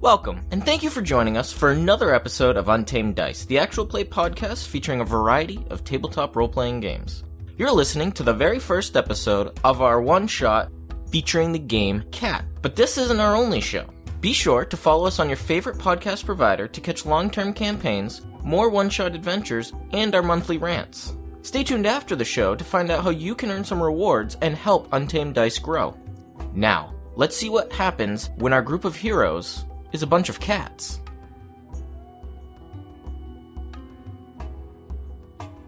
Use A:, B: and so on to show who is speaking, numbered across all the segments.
A: Welcome, and thank you for joining us for another episode of Untamed Dice, the actual play podcast featuring a variety of tabletop role playing games. You're listening to the very first episode of our one shot featuring the game Cat, but this isn't our only show. Be sure to follow us on your favorite podcast provider to catch long term campaigns, more one shot adventures, and our monthly rants. Stay tuned after the show to find out how you can earn some rewards and help Untamed Dice grow. Now, let's see what happens when our group of heroes is a bunch of cats.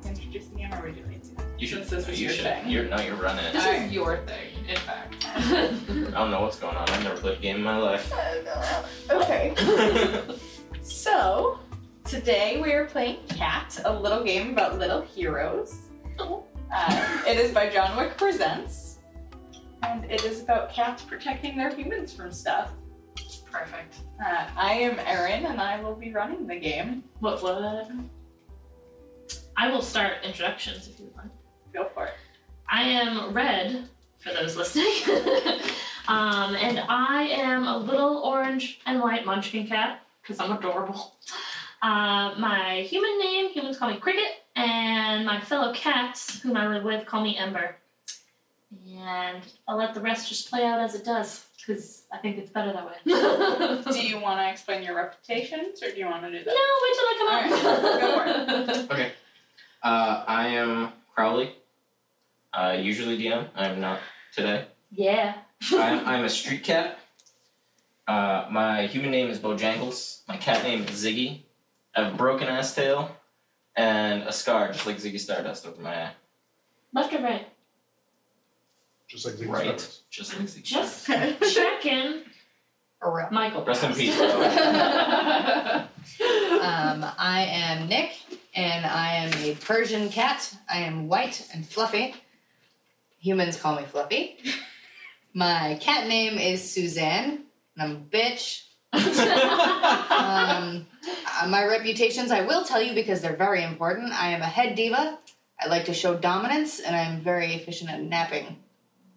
B: Introduce me, I'm already doing it.
A: You should say
B: what you Your should. thing.
A: You're, no, you're running
B: This
A: it.
B: is your thing, in fact.
A: I don't know what's going on. I've never played a game in my life.
B: okay.
A: That's
B: So, today we are playing Cat, a little game about little heroes. Uh, it is by John Wick Presents, and it is about cats protecting their humans from stuff.
C: Perfect.
B: Uh, I am Erin, and I will be running the game.
C: What what? I will start introductions if you want.
B: Go for it.
C: I am Red, for those listening. um, and I am a little orange and white munchkin cat, because I'm adorable. Uh, my human name, humans call me Cricket, and my fellow cats, whom I live with, call me Ember. And I'll let the rest just play out as it does, because I think it's better that way.
B: Do you want to explain your reputations, or do you want to do
C: No,
B: that?
C: wait till I come up.
A: Okay. Uh, I am Crowley. Uh, usually DM. I'm not today.
C: yeah.
A: I'm, I'm a street cat. Uh, my human name is Bojangles. My cat name is Ziggy. I have a broken ass tail and a scar just like Ziggy Stardust over my eye.
C: Left or right?
D: Just like Ziggy
A: Right.
D: Stardust.
A: Just like Ziggy
C: Just
A: Stardust.
C: checking. Michael.
A: Rest in
C: passed.
A: peace,
E: Um, I am Nick, and I am a Persian cat. I am white and fluffy. Humans call me Fluffy. My cat name is Suzanne, and I'm a bitch. Um, uh, my reputations, I will tell you because they're very important. I am a head diva. I like to show dominance, and I'm very efficient at napping.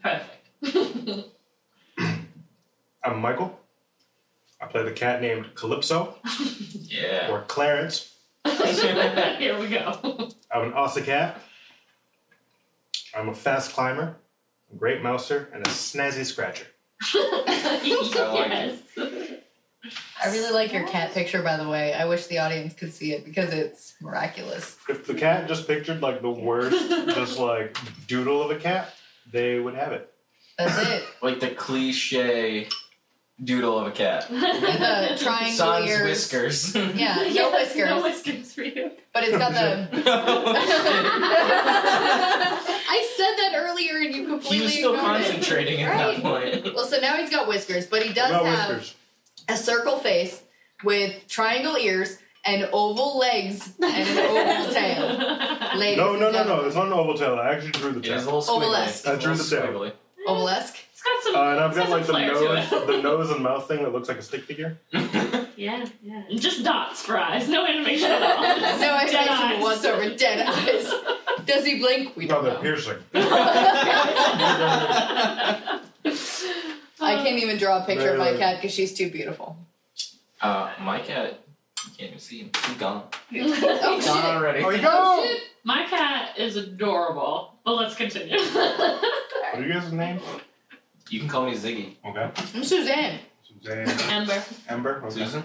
C: Perfect.
D: I'm Michael. I play the cat named Calypso,
A: Yeah.
D: or Clarence.
C: Here we go.
D: I'm an Ossa cat. I'm a fast climber, a great mouser, and a snazzy scratcher.
C: yes.
E: I really like your cat picture, by the way. I wish the audience could see it because it's miraculous.
D: If the cat just pictured like the worst, just like doodle of a cat, they would have it.
E: That's it.
A: Like the cliche doodle of a cat.
E: With the triangle
A: Sans
E: ears.
A: whiskers.
E: Yeah, no
C: Yes, No
E: whiskers.
C: whiskers for you.
E: But it's got the. I said that earlier and you completely
A: he was still
E: ignored it.
A: concentrating at that point.
E: Well, so now he's got whiskers, but he does
D: About
E: have
D: whiskers.
E: a circle face with triangle ears and oval legs and an oval tail. Ladies
D: No, no,
E: and
D: no, no.
E: gentlemen.
D: It's not an oval tail. I actually drew the
A: It is a
D: tail.
E: Oh,
A: little squiggly.
E: Obelisk.
D: I drew the
A: It's a little
E: Ovalesque.
C: Oh, It's got
D: Uh,
C: some.
D: and I've
C: it's
D: got like the
C: some flair
D: nose,
C: to it.
D: the nose and mouth thing that looks like a stick figure.
A: squiggly.
C: Yeah, yeah. And just dots for eyes. No animation at all.
E: No, I
C: Dead
E: mentioned
C: eyes.
E: once over dead eyes. Does he blink? We
D: no,
E: don't
D: they're
E: know.
D: piercing.
E: I can't even draw a picture of my
D: Really?
E: cat because she's too beautiful.
A: uh, my cat, you can't even see him. He's gone.
E: Oh,
A: He's gone
E: shit.
A: already.
D: Oh, you
E: Oh,
D: go.
E: shit.
C: My cat is adorable, but let's continue.
D: What are you guys' names?
A: You can call me Ziggy.
D: Okay.
E: I'm Suzanne.
D: Suzanne.
C: Amber.
D: Ember. Okay.
A: Susan?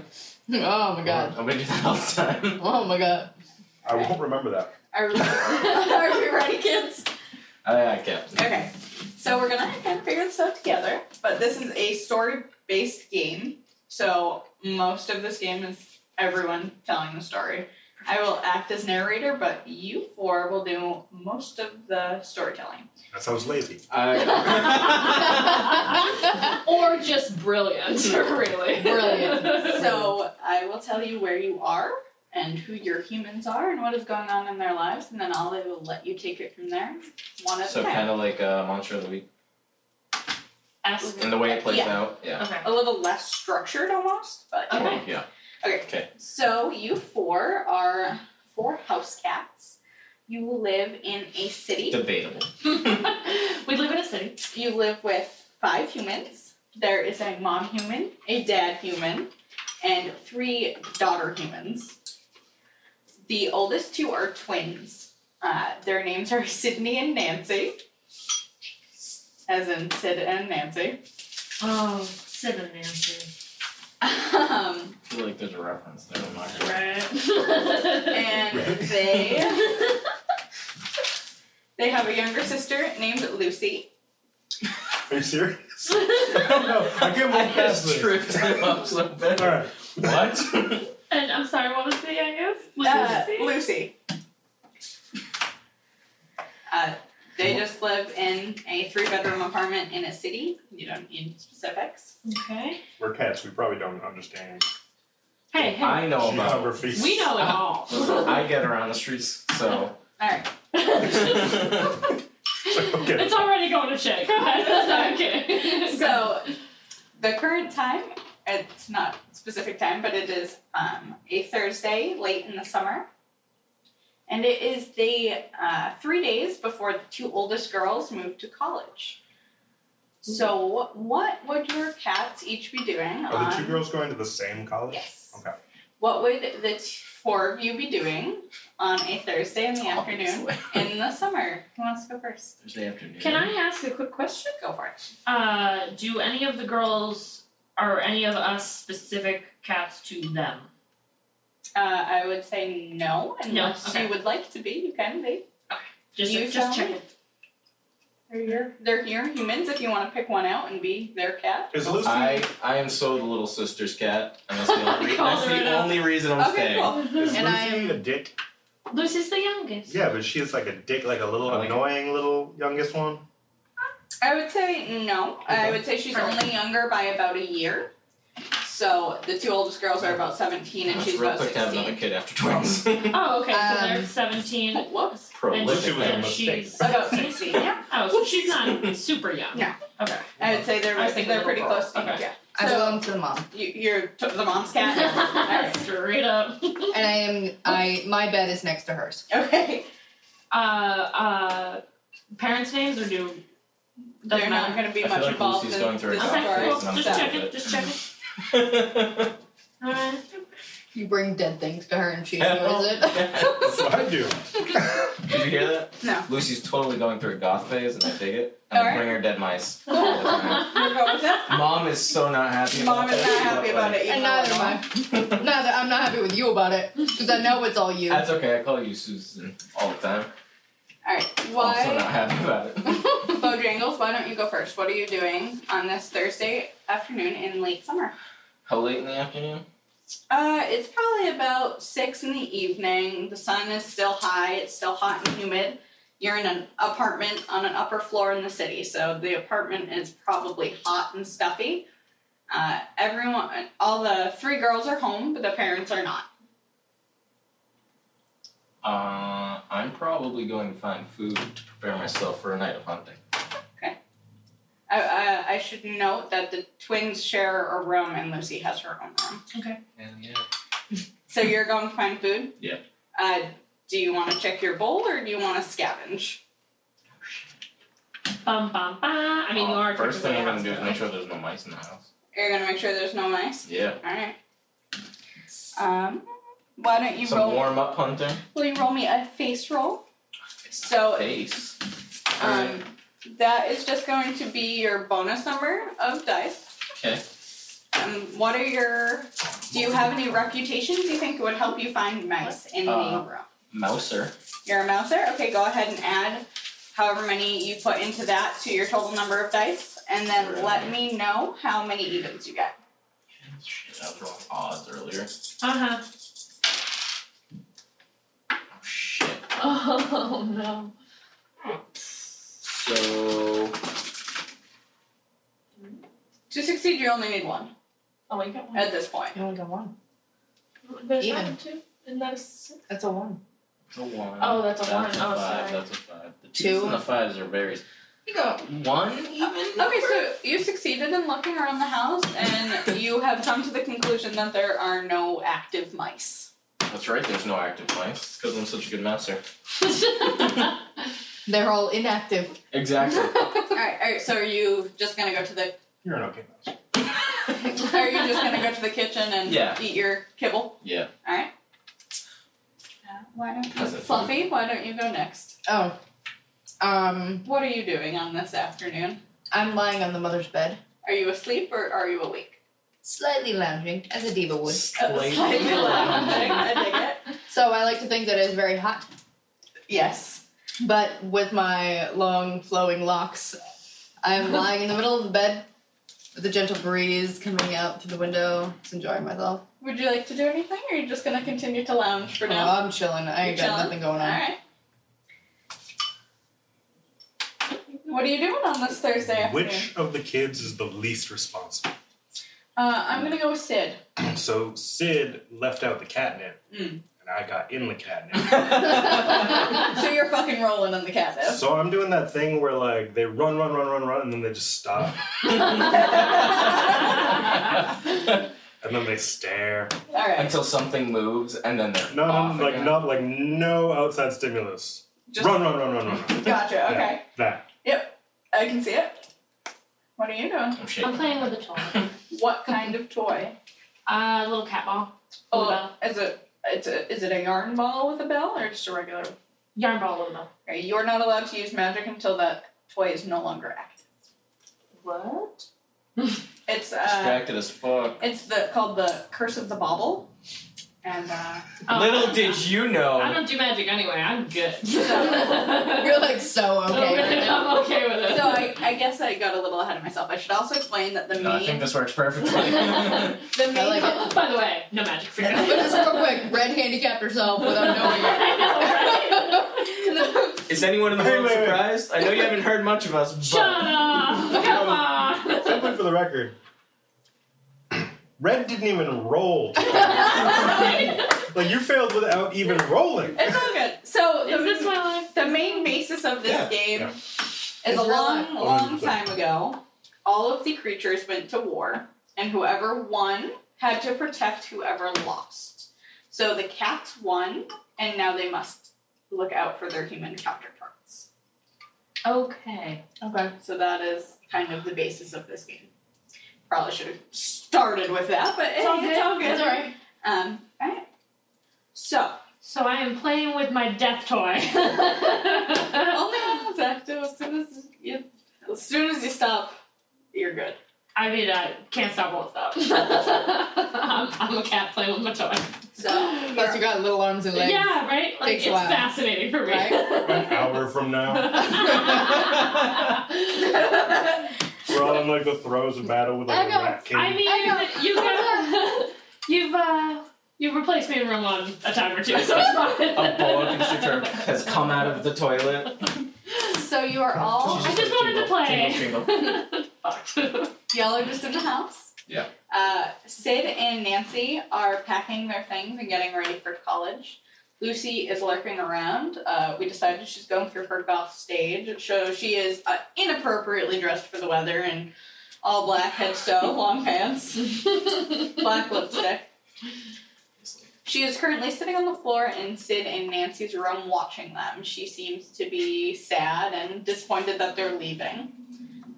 E: Oh my god.
A: I'm gonna do that all the time.
E: Oh my god.
D: I won't remember that.
B: Are we, are we ready, kids?
A: I, I kept.
B: Okay, so we're gonna kind of figure this out together, but this is a story based game, so most of this game is everyone telling the story. I will act as narrator, but you four will do most of the storytelling.
D: That sounds lazy.
A: I...
C: or just brilliant, really.
E: Brilliant.
B: So I will tell you where you are and who your humans are and what is going on in their lives, and then I'll I will let you take it from there, one at
A: so
B: a time.
A: kind of like uh, Monster of the Week.
C: Ask.
A: And the way it plays
B: Yeah.
A: out. Yeah.
C: Okay.
B: A little less structured almost, but
C: Okay.
A: Yeah.
B: So you four are four house cats. You live in a city.
A: Debatable.
C: we live in a city.
B: You live with five humans. There is a mom human, a dad human, and three daughter humans. The oldest two are twins. Uh, their names are Sydney and Nancy, as in Sid and Nancy.
C: Oh, Sid and Nancy.
B: Um,
A: I feel like there's a reference there. I'm not gonna-
C: Right.
B: and they they have a younger sister named Lucy.
D: Are you serious? I don't know. I can't
A: I
D: move past
A: just
D: this.
A: tripped him up so bad.
D: All right.
A: What?
C: and I'm sorry, what was the youngest? Was
B: Uh,
C: it Lucy?
B: Lucy. Uh, they just live in a three-bedroom apartment in a city. You don't need specifics.
C: Okay.
D: We're cats. We probably don't understand.
C: Hey, hey.
A: I know about.
D: Geography.
C: we know it all.
A: Listen, I get around the streets, so.
B: All right.
D: Okay.
C: It's already going to shit. Go ahead. okay.
B: So the current time, it's not specific time, but it is um, a Thursday late in the summer. And it is the uh, three days before the two oldest girls move to college. So what, what would your cats each be doing
D: Are the two
B: on-
D: girls going to the same college?
B: Yes.
D: Okay.
B: What would the t- four of you be doing on a Thursday in the afternoon in the summer? Who wants to go first?
A: Thursday afternoon.
C: Can I ask a quick question?
B: Go for it.
C: Uh, do any of the girls or any of us specific cats to them?
B: Uh, I would say no, unless
C: okay.
B: you would like to be, you can be.
C: Just
B: You tell
C: just check
B: me.
C: it.
B: They're here. They're here, humans. If you want to pick one out and be their cat.
D: Is Lucy?
A: I, I am so the little sister's cat, and that's the only, re-
C: Called
A: that's
C: her
A: the
C: out.
A: only reason I'm
B: okay,
A: staying.
B: cool.
D: Is Lucy
E: And I am-
D: a dick?
C: Lucy's the youngest.
D: Yeah, but she's like a dick, like a little
A: I like it.
D: annoying little youngest one.
B: I would say no. I would say she's
C: Perfect.
B: only younger by about a year. So the two oldest girls are about seventeen, and
A: It's
B: she's
A: real
B: about
A: quick to have another
B: sixteen.
A: kid after twins.
C: Oh, okay. So
E: Um,
C: they're 17.
B: Oh, whoops.
C: And,
D: Lucy
A: Prolific.
D: was a
C: and
D: mistake.
C: she's
B: About sixteen. Yeah.
C: Oh, so she's not super young.
B: No.
C: Okay.
B: I would say they're
C: I was thinking
B: they're pretty
C: little girl.
B: close to
C: Okay.
B: each. Yeah.
E: I
B: So-
E: belong to the mom.
B: You, you're t- the mom's cat.
C: Straight up.
E: And I am I my bed is next to hers.
B: All right. Okay.
C: Uh, uh, parents' names or do
B: They're
C: doesn't
B: not
C: matter.
B: going to be
A: I feel
B: much
A: like
B: involved
A: Lucy's
B: in
A: going through a
B: this
A: dark
B: story.
C: Okay,
A: phase,
C: cool.
A: and I'm
C: Just
A: fine
C: check
A: with
C: it.
A: it.
C: Just check it. All right.
E: You bring dead things to her and she
A: Hell
E: ignores it.
D: That's what I do.
A: Did you hear that?
B: No.
A: Lucy's totally going through a goth phase, and I dig it. And I
B: Alright.
A: bring her dead mice. all the time.
B: We're
C: All
B: going with that.
A: Mom is so not happy.
B: Mom
A: about
B: is not happy about it.
E: and
B: even
E: neither
B: though-
E: am I. Neither I'm not happy with you about it. Because I know it's all you.
A: That's okay. I call you Susan all the time.
B: All right.
A: Also
B: Why?
A: not happy about it.
B: Bojangles, why don't you go first? What are you doing on this Thursday afternoon in late summer?
A: How late in the afternoon?
B: Uh, it's probably about six in the evening. The sun is still high. It's still hot and humid. You're in an apartment on an upper floor in the city, so the apartment is probably hot and stuffy. Uh, everyone, all the three girls are home, but the parents are not.
A: Uh, I'm probably going to find food to prepare myself for a night of hunting.
B: I, I, I should note that the twins share a room, and Lucy has her own room.
A: Hell yeah.
B: So you're going to find food?
A: Yeah.
B: Uh, do you want to check your bowl or do you want to scavenge?
C: Bum bum bum. I mean, you are
A: Oh, First thing
C: technically
A: I'm gonna do is
C: a hospital.
A: make sure there's no mice in the house.
B: You're going to make sure there's no mice?
A: Yeah.
B: Alright. Um, why don't you
A: Some
B: roll?
A: warm up hunting.
B: Will you roll me a face roll?
C: Oh.
B: So,
A: Face.
B: um, that is just going to be your bonus number of dice.
A: Okay.
B: Um, what are your. Do you have any reputations you think would help you find mice in
A: Uh,
B: the room?
A: Mouser.
B: You're a mouser? Okay, go ahead and add however many you put into that to your total number of dice, and then let me know how many evens you get.
A: Shit, I was wrong odds earlier.
C: Uh-huh.
A: Oh shit.
C: Oh no.
A: So
B: To succeed, you only need one
C: Oh, you got one.
B: at this point.
E: You only got one.
C: There's
E: Even.
C: not two. Isn't that a six?
E: That's a one.
A: it's a one.
C: Oh, that's a one.
A: That's a
C: Oh,
A: five.
C: sorry.
A: That's a five. The twos
E: Two.
A: and the fives are very
E: You go.
A: one even.
C: Oh.
B: Okay, so you succeeded in looking around the house, and you have come to the conclusion that there are no active mice.
A: That's right. There's no active mice. It's because I'm such a good mouser.
E: They're all inactive.
A: Exactly.
B: All right, all right. So are you just gonna go to the?
D: You're an okay mouse.
B: Are you you're just gonna go to the kitchen and
F: Yeah.
B: eat your kibble.
F: Yeah.
B: All right. Uh, why don't you,
F: How's it feel?
B: Fluffy? Why don't you go next?
E: Oh. Um,
B: What are you doing on this afternoon?
E: I'm lying on the mother's bed,
B: Are you asleep or are you awake?
E: slightly lounging, as a diva would.
F: Slightly
B: Slightly
F: lounging.
B: lounging. I dig it.
E: So I like to think that it is very hot,
B: Yes.
E: but with my long flowing locks, I'm lying in the middle of the bed with a gentle breeze coming out through the window, just enjoying myself.
B: Would you like to do anything, or are you just gonna continue to lounge for now?
E: Oh, I'm chilling. I ain't
B: You're
E: got
B: chilling?
E: nothing going on.
B: All right. What are you doing on this Thursday afternoon?
D: Which of the kids is the least responsible?
B: Uh, I'm gonna go with Sid.
D: So Sid left out the catnip,
B: Mm.
D: and I got in the catnip.
B: so you're fucking rolling in the catnip.
D: so I'm doing that thing where like they run, run, run, run, run, and then they just stop, and then they stare.
B: All right.
F: Until something moves and then they're
D: No,
F: off
D: no, like
F: again.
D: not like no outside stimulus.
B: Just-
D: run, run, run, run, run, run.
B: Gotcha.
D: Yeah,
B: Okay.
D: that.
B: Yep. I can see it. What are you doing?
F: I'm
C: I'm
F: shaking.
C: playing with a toy.
B: What kind of toy?
C: Uh, a little cat ball.
B: Oh,
C: With a
B: is it? It's a, is it a yarn ball with a bell or just a regular?
C: yarn ball with a bell.
B: Okay, you're not allowed to use magic until that toy is no longer active.
C: What?
B: It's uh,
F: Distracted as fuck.
B: it's the called the curse of the bauble, and uh,
C: Oh,
F: Little did you
C: I
F: know.
C: don't do magic anyway. I'm good.
E: You're like so okay right now.
C: I'm okay with it.
B: so I, I guess I got a little ahead of myself. I should also explain that the
F: No, I
B: main
F: think this works perfectly.
B: the main
E: I like it.
C: By the way, no magic for you.
E: But just real quick, red handicapped herself without knowing it.
C: I know, right?
F: Is anyone in the
D: Wait,
F: room
D: wait, wait.
F: surprised? I know you haven't heard much of us, but
C: Shut up! Come on!
D: Simply for the record, Red didn't even roll. like you failed without even rolling.
B: It's all good. So the,
C: Is this my life?
B: the main basis of this
D: Yeah,
B: game
D: yeah.
B: is
E: It's
B: a
E: real
B: long,
D: life.
F: Oh,
B: long time ago. All of the creatures went to war, and whoever won had to protect whoever lost. So the cats won, and now they must look out for their human counterparts.
C: Okay.
E: Okay.
B: So that is kind of the basis of this game. Probably should have started with that, but hey, it's all good.
E: It's alright.
B: Um, all right. So
C: So I am playing with my death toy.
B: Only one was active. As soon as you, as soon as you stop, you're good.
C: I mean, I can't stop, won't stop. I'm, I'm a cat playing with my toy.
B: So
E: Plus you got little arms and legs.
C: Yeah, right? Like,
E: Takes a
C: it's
E: while.
C: fascinating for me.
E: Right?
D: An hour from now, we're all in like the throes of battle with like
E: I
D: a
E: know.
D: rat king.
C: I mean,
E: I
C: you got, you've uh, you've replaced me in room one a time or two, so it's fine.
F: a boa constrictor has come out of the toilet.
B: so you are all
C: I just wanted
F: Jingle,
C: to play. Fuck.
B: y'all are just in the house.
F: Yeah.
B: Uh, Sid and Nancy are packing their things and getting ready for college. Lucy is lurking around. Uh, we decided she's going through her golf stage, so she is uh, inappropriately dressed for the weather and all black head sew, long pants, black lipstick. She is currently sitting on the floor in Sid and Nancy's room watching them. She seems to be sad and disappointed that they're leaving.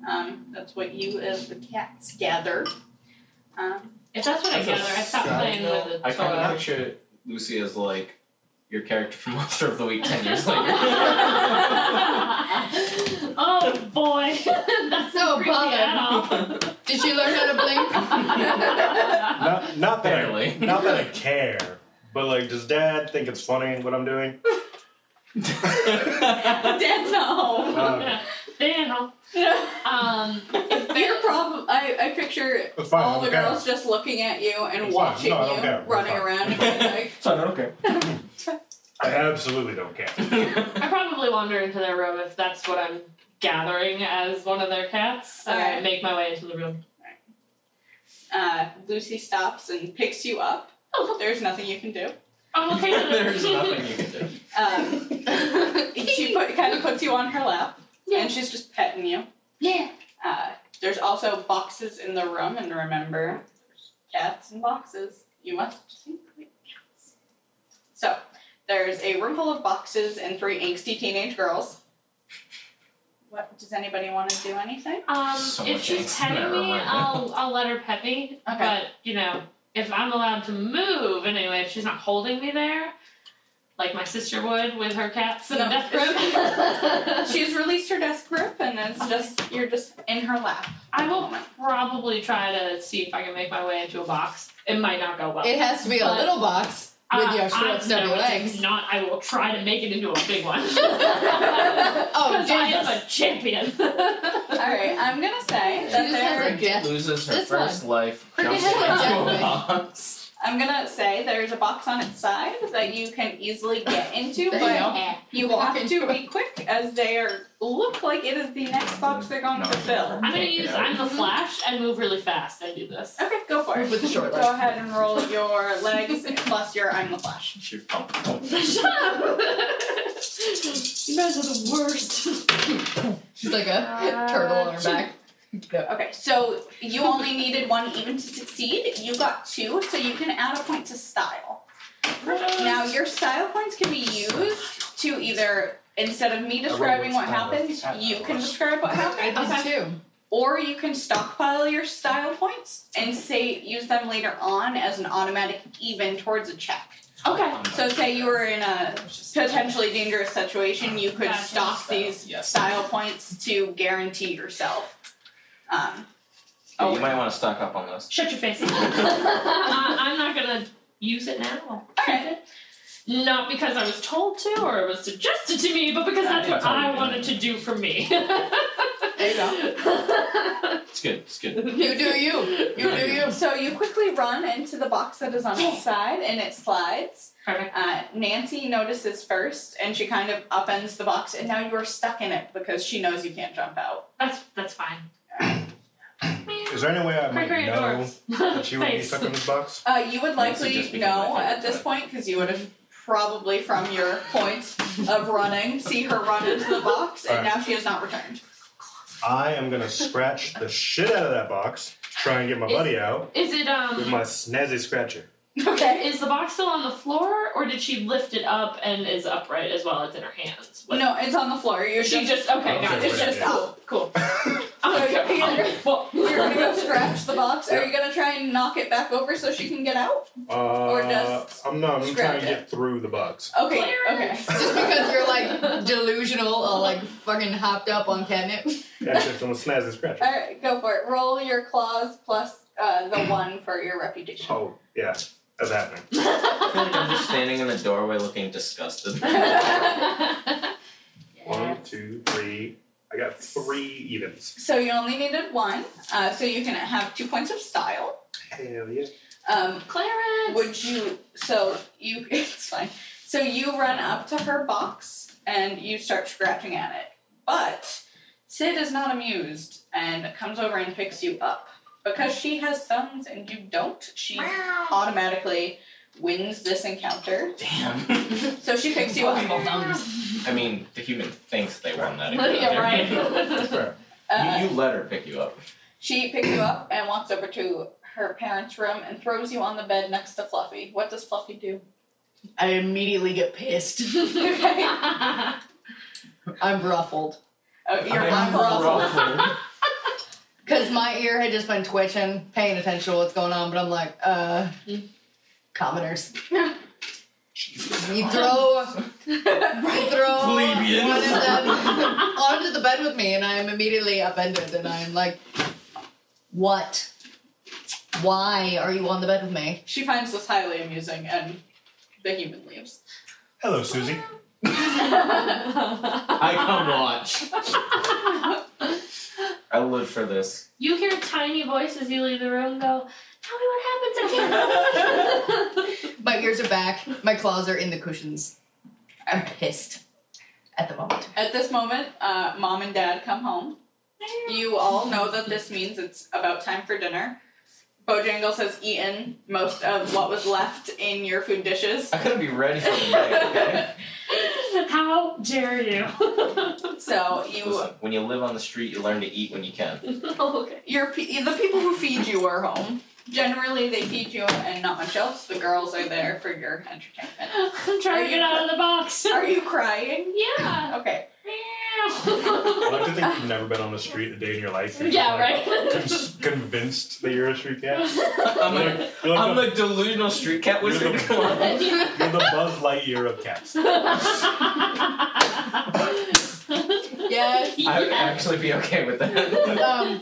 B: Um, that's what you, as the cats, gather. Um,
C: if that's what I
F: That's a
C: gather, I stopped
F: side
C: playing
F: note.
C: with
F: I
C: the
F: kind of
C: toy.
F: picture Lucy as like your character from Monster of the Week ten years later.
C: oh boy, that's
E: No
C: not creepy
E: bother.
C: at all.
E: Did she learn how to blink?
D: not, not that I,
F: Barely.
D: not that I care, but like, does Dad think it's funny what I'm doing?
B: Dad's not home.
D: Uh,
C: They didn't know. Um,
B: Your problem, I, I picture
D: it's fine.
B: all
D: I
B: the
D: don't care.
B: girls just looking at you and
D: It's fine.
B: watching
D: No, I don't
B: you,
D: care. It's
B: running
D: fine.
B: around. And being like,
F: so I don't care.
D: I absolutely don't care.
C: I probably wander into their room if that's what I'm gathering as one of their cats, and I
B: Alright.
C: make my way into the room.
B: uh, Lucy stops and picks you up. There's nothing you can do.
C: I'm Oh, okay with it.
F: There's nothing you can do.
B: Um, she put, kind of puts you on her lap,
C: Yeah.
B: and she's just petting you.
C: Yeah.
B: Uh, there's also boxes in the room, and remember, cats and boxes. You must think like cats. So, there's a room full of boxes and three angsty teenage girls. What does anybody want to do anything?
C: Um,
F: So
C: if
F: much
C: she's
F: angst in that
C: petting
F: room
C: me,
F: right now.
C: I'll I'll let her pet me.
B: Okay.
C: But you know, if I'm allowed to move anyway, if she's not holding me there, like my sister would with her cats in the
B: No.
C: death room.
B: She's released her desk group, and it's just you're just in her lap.
C: I will probably try to see if I can make my way into a box. It might not go well.
E: It has to be a
C: But-
E: little box with
C: Uh,
E: your
C: I-
E: short, stubby
C: no, it is
E: legs.
C: Not. I will try to make it into a big one.
E: Oh,
C: Because I am
E: Jesus.
C: a champion.
B: All right, I'm gonna say
E: She
B: that
E: just has
B: there.
E: a death.
F: loses her
E: This
F: first life,
E: Cricket
F: jumps
E: has
F: into
E: a
F: a
E: death
F: box.
B: I'm gonna say there's a box on its side that you can easily get into,
E: There
B: but
E: you go.
B: you will have to be quick as they are look like it is the next box they're going to fill.
C: I'm gonna use I'm the Flash and move really fast and do this.
B: Okay, go for it.
E: With the short
B: Go
E: legs.
B: ahead and roll your legs plus your I'm the Flash.
F: She pumped.
C: Shut up!
E: Oh.
C: you guys are the worst.
E: She's like a turtle on her back. Yep.
B: Okay, so you only needed one even to succeed. You got two, so you can add a point to style. Now, your style points can be used to either, instead of me describing what happens, you can describe what
E: I
B: happened,
E: did too.
B: or you can stockpile your style points and say use them later on as an automatic even towards a check.
C: Okay.
B: So, say you were in a potentially dangerous situation, you could
C: Gotcha.
B: stock these
F: Yes.
B: style points to guarantee yourself. Um,
F: Oh, you might want to stock up on those.
C: Shut your face. uh, I'm not gonna use it now.
B: Okay.
C: Not because I was told to or it was suggested to me, but because that's what I wanted to do for me.
E: There you go.
F: It's good. It's good.
E: You do you. You do you.
B: So you quickly run into the box that is on its side and it slides.
C: Perfect.
B: Uh, Nancy notices first and she kind of upends the box and now you're stuck in it because she knows you can't jump out.
C: That's that's fine.
D: Is there any way I might
C: Great, great
D: know
C: doors.
D: that you would be
C: Face.
D: stuck in this box?
B: Uh, you would
F: Nancy
B: likely
F: just became
B: know
F: my favorite
B: at this point because you would have probably from your point of running see her run into the box and
D: Alright.
B: now she has not returned.
D: I am gonna scratch the shit out of that box, try and get my
C: Is-
D: buddy out
C: Is it
D: with
C: um
D: my snazzy scratcher.
B: Okay.
C: is the box still on the floor or did she lift it up and is upright as well? It's in her hands. What-
B: No, it's on the floor. You're
C: She
B: just,
C: just okay, got it.
B: it's just out.
C: Cool.
B: So
C: Okay.
B: you're-
C: Well,
B: You're gonna go scratch the box. Are
D: Yeah.
B: you gonna try and knock it back over so she can get out?
D: Uh,
B: just
D: I'm no, I'm trying
B: scratch
D: to get through the box.
B: Okay. Okay.
E: Just because you're like delusional or like fucking hopped up on catnip.
D: That's just on the snazzy scratcher.
B: All right, go for it. Roll your claws plus uh, the one for your reputation.
D: Oh yeah, that's happening.
F: I feel like I'm just standing in the doorway looking disgusted.
D: One, two, three. I got three evens.
B: So you only needed one, uh, so you can have two points of style.
D: Hell yeah.
B: Um,
C: Clarence.
B: would you? So you, it's fine. So you run up to her box and you start scratching at it, but Sid is not amused and comes over and picks you up because she has thumbs and you don't. She automatically wins this encounter,
F: Damn.
B: so she picks you up.
F: I mean, the human thinks they won that.
C: Oh, Yeah,
F: encounter.
C: right.
D: Fair.
B: Uh,
F: You, you let her pick you up.
B: She picks you up and walks over to her parents' room and throws you on the bed next to Fluffy. What does Fluffy do?
E: I immediately get pissed. I'm ruffled.
B: Oh, you're
F: I'm
B: unruffled.
F: ruffled.
E: Because my ear had just been twitching, paying attention to what's going on, but I'm like, uh, commoners. You throw, you throw
F: Plebeians.
E: one of them onto the bed with me, and I'm immediately upended, and I'm like, what? Why are you on the bed with me?
B: She finds this highly amusing and the human leaves.
D: Hello, Susie.
F: I come watch. I live for this.
C: you hear tiny voices. You leave the room. Go. Tell me what happens. I can't
E: My ears are back, my claws are in the cushions. I'm pissed at the moment.
B: At this moment, uh, mom and dad come home. You all know that this means it's about time for dinner. Bojangles has eaten most of what was left in your food dishes.
F: I gotta be ready for the day, okay?
C: remember. How dare you?
B: So you,
F: Listen, when you live on the street, you learn to eat when you can.
C: Oh, okay.
B: your pe- the people who feed you are home. Generally, they feed you and not much else. The girls are there for your entertainment.
C: I'm trying to get out of the box.
B: Are you crying?
C: yeah.
B: Okay.
D: I
C: meow.
D: like to think you've never been on the street a day in your life. You're
C: yeah,
D: just, like,
C: right.
D: con- convinced that you're a street cat.
F: I'm
D: You're
F: a,
D: like, you're like
F: I'm
D: the,
F: a delusional street cat wizard. Come on.
D: you're the Buzz Lightyear of cats.
E: Yes.
F: I would actually be okay with that.
E: Um,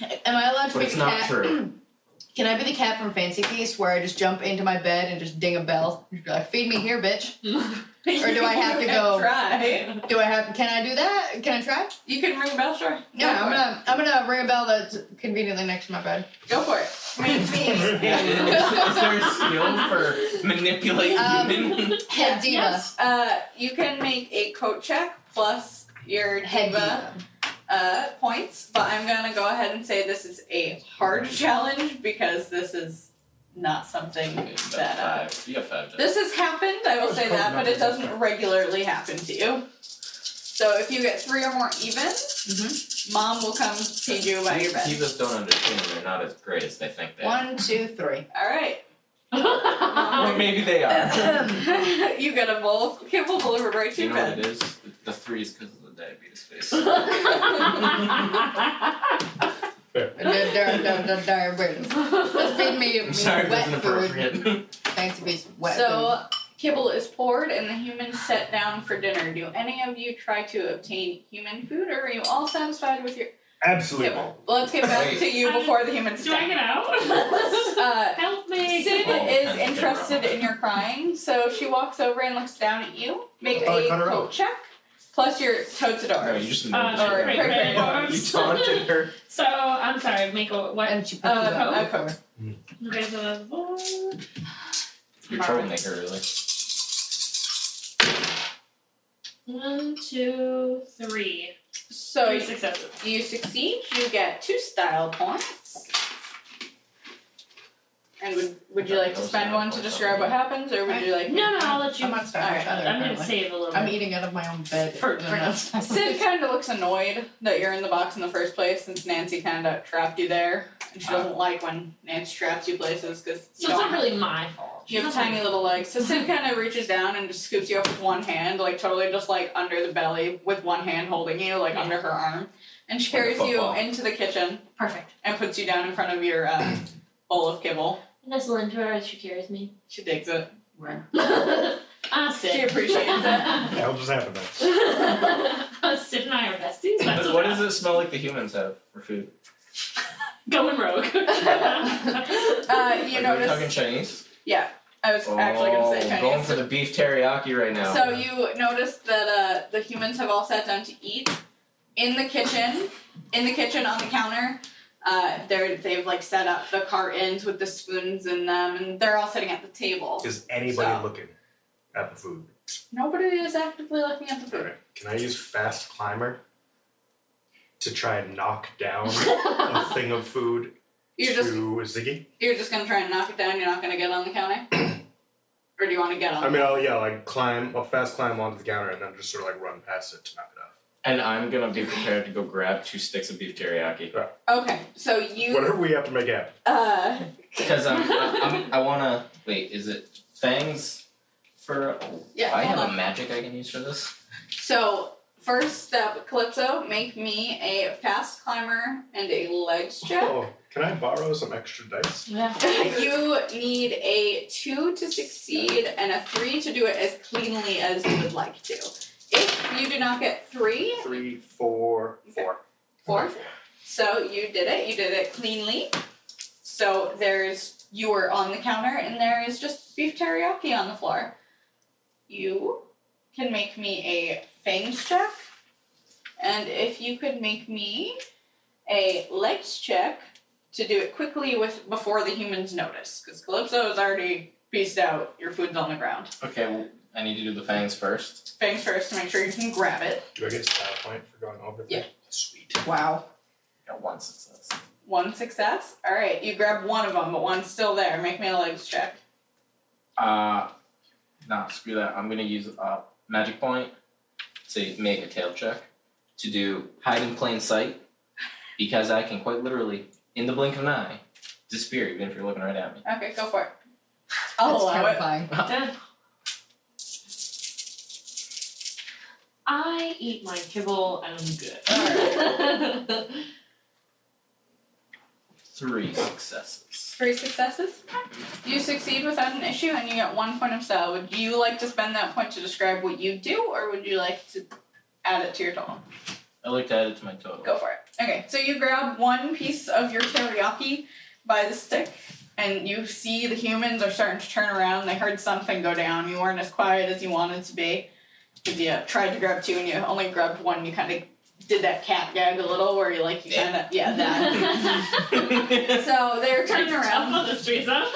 E: am I allowed to
F: But
E: be
F: it's
E: the
F: not
E: cat?
F: true.
E: Can I be the cat from Fancy Feast where I just jump into my bed and just ding a bell? Just be like, feed me here, bitch. Or do I have to
B: You can
E: go-
B: Try.
E: Do I have? Can I do that? Can I try?
B: You can ring a bell, sure. Go
E: No, I'm
B: for it.
E: gonna I'm gonna ring a bell that's conveniently next to my bed.
B: Go for it. I mean, it's me.
F: Yeah, is, is there a skill for manipulate
E: Um,
F: human?
E: Head diva.
C: Yes.
B: Uh, you can make a coat check plus your
E: Head
B: diva uh, points, but I'm gonna go ahead and say this is a hard challenge because this is not something that uh,
A: five. You got five. Jeff.
B: this has happened. I will say that, but it doesn't regularly happen to you. So if you get three or more evens, mom will come feed you by your bed.
A: Divas don't understand. They're not as great as they think they are.
E: One, two, three.
B: All right. um,
F: Or maybe they are.
B: you get a bowl of kibble delivered right to
A: You
B: your
A: know what
B: bed.
A: it is? The, the three is because of the diabetes face.
E: Dar- dar- dar- dar- dar- wait. Just feed me
F: I'm sorry if that's
E: wet food.
F: inappropriate.
E: Fancy Feast wet
B: So kibble is poured and the humans set down for dinner. Do any of you try to obtain human food, or are you all satisfied with your
D: Absolutely.
B: kibble? Let's get back to you
C: Wait.
B: before the humans
C: Do I
B: die.
C: get out?
B: Uh,
C: Help me.
B: Sid
A: Oh,
B: is
A: okay.
B: interested in your crying, so she walks over and looks down at you. Make
D: Oh,
B: a
D: cut her
B: coat
D: off.
B: check plus your
F: No,
B: totodar.
F: you just
C: Uh,
B: Or
C: great,
B: prick
C: great,
B: her
C: arms.
F: you taunted her.
C: So I'm sorry, Mako. What?
E: and she put
B: uh,
E: these on
B: no,
E: before.
B: okay.
C: There's a
F: You're trolling her, really.
C: one, two, three,
B: So
C: three
B: you-
C: successes.
B: you succeed. You get two style points. And would would you like to spend one to describe what happens, or would you like?
C: No, no, I'll let you.
E: I'm not starving
B: Alright,
E: either,
C: I'm gonna
E: apparently.
C: save a little
E: I'm
C: bit.
E: eating out of my own bed.
C: For- for now.
B: Sid kind of looks annoyed that you're in the box in the first place since Nancy kind of trapped you there. And she doesn't like when Nancy traps you places because
C: So it's not really my fault.
B: you have tiny little legs. So Sid kind of reaches down and just scoops you up with one hand, like totally just like under the belly with one hand holding you, like
C: Yeah.
B: under her arm. And she
F: Like a
B: carries you
F: football.
B: into the kitchen
C: Perfect.
B: and puts you down in front of your uh, bowl of kibble.
C: Nestle into her as she carries me.
B: She digs it.
C: I'll sit.
B: She appreciates it.
D: That'll just happen then.
C: I'll sit and I are besties. That's
F: But what does it smell like the humans have for food?
C: Going rogue.
B: Uh, you
F: Like, are we
B: notice?
F: talking Chinese?
B: yeah, I was actually gonna say
F: Oh,
B: Chinese.
F: Going for the beef teriyaki right now.
B: So you notice that uh, the humans have all sat down to eat in the kitchen, in the kitchen on the counter. Uh, they're they've like set up the cartons with the spoons in them, and they're all sitting at the table.
D: Is anybody
B: So-
D: looking at the food?
B: Nobody is actively looking at the
D: All
B: food.
D: right. Can I use fast climber to try and knock down a thing of food
B: You're
D: to
B: just
D: Ziggy?
B: you're just gonna try and knock it down. You're not gonna get on the counter, or do you want to get on?
D: I mean, I'll yeah, like climb, I'll fast climb onto the counter and then just sort of like run past it to knock it off.
F: and I'm gonna be prepared to go grab two sticks of beef teriyaki
B: okay, so you
D: Whatever we have to make happen.
B: uh,
F: because I'm, I'm I wanna wait. Is it fangs for?
B: Yeah,
F: I
B: hold
F: have a
B: on.
F: magic I can use for this.
B: so first step, Calypso, make me a fast climber and a legs check.
D: Oh, can I borrow some extra dice?
B: you need a two to succeed and a three to do it as cleanly as you would like to. If you do not get three,
D: Three, four, four.
B: four. So you did it. You did it cleanly. So there's you were on the counter and there is just beef teriyaki on the floor. You can make me a fangs check, and if you could make me a legs check to do it quickly with before the humans notice, because Calypso is already pieced out. Your food's on the ground.
F: Okay, well, I need to do the fangs first.
B: Fangs first to make sure you can grab it.
D: Do I get style point for going over?
B: Yeah.
D: things? Sweet.
E: Wow.
F: Got one success.
B: One success. All right, you grab one of them, but one's still there. Make me a legs check.
F: Uh, nah, screw that. I'm gonna use uh, magic point to make a tail check to do hide in plain sight because I can quite literally, in the blink of an eye, disappear even if you're looking right at me.
B: Okay, go for it.
E: That's
B: I'll allow it.
E: terrifying.
C: I eat my kibble and I'm good.
A: Three successes.
B: Three successes. You succeed without an issue, and you get one point of style. Would you like to spend that point to describe what you do, or would you like to add it to your total?
A: I like to add it to my total.
B: Go for it. Okay, so you grab one piece of your teriyaki by the stick, and you see the humans are starting to turn around. They heard something go down. You weren't as quiet as you wanted to be. Because you tried to grab two and you only grabbed one. You kind of did that cat gag a little where you like, you kind of, yeah, that. so they're turning
C: Tough
B: around.
C: on the streets, huh?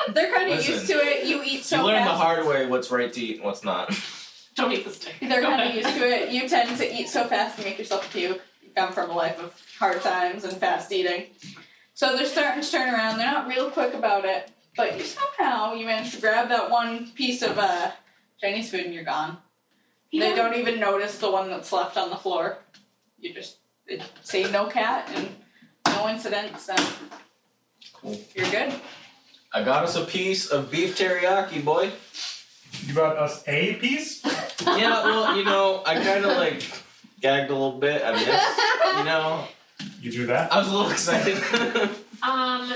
B: They're kind of
A: Listen,
B: used to it. You eat so
A: you learn the
B: fast.
A: hard way what's right to eat and what's not.
C: Don't eat the stick.
B: They're kind of used to it. You tend to eat so fast and make yourself puke. You come from a life of hard times and fast eating. So they're starting to turn around. They're not real quick about it, but you somehow you manage to grab that one piece of uh, Chinese food and you're gone.
C: You
B: they
C: know,
B: don't even notice the one that's left on the floor. You just they say no cat and no incidents. So
A: Cool.
B: you're good.
A: I got us a piece of beef teriyaki, boy.
D: You brought us a piece?
A: Yeah, well, you know, I kind of like gagged a little bit, I guess. You know,
D: You do that?
A: I was a little excited.
C: Um,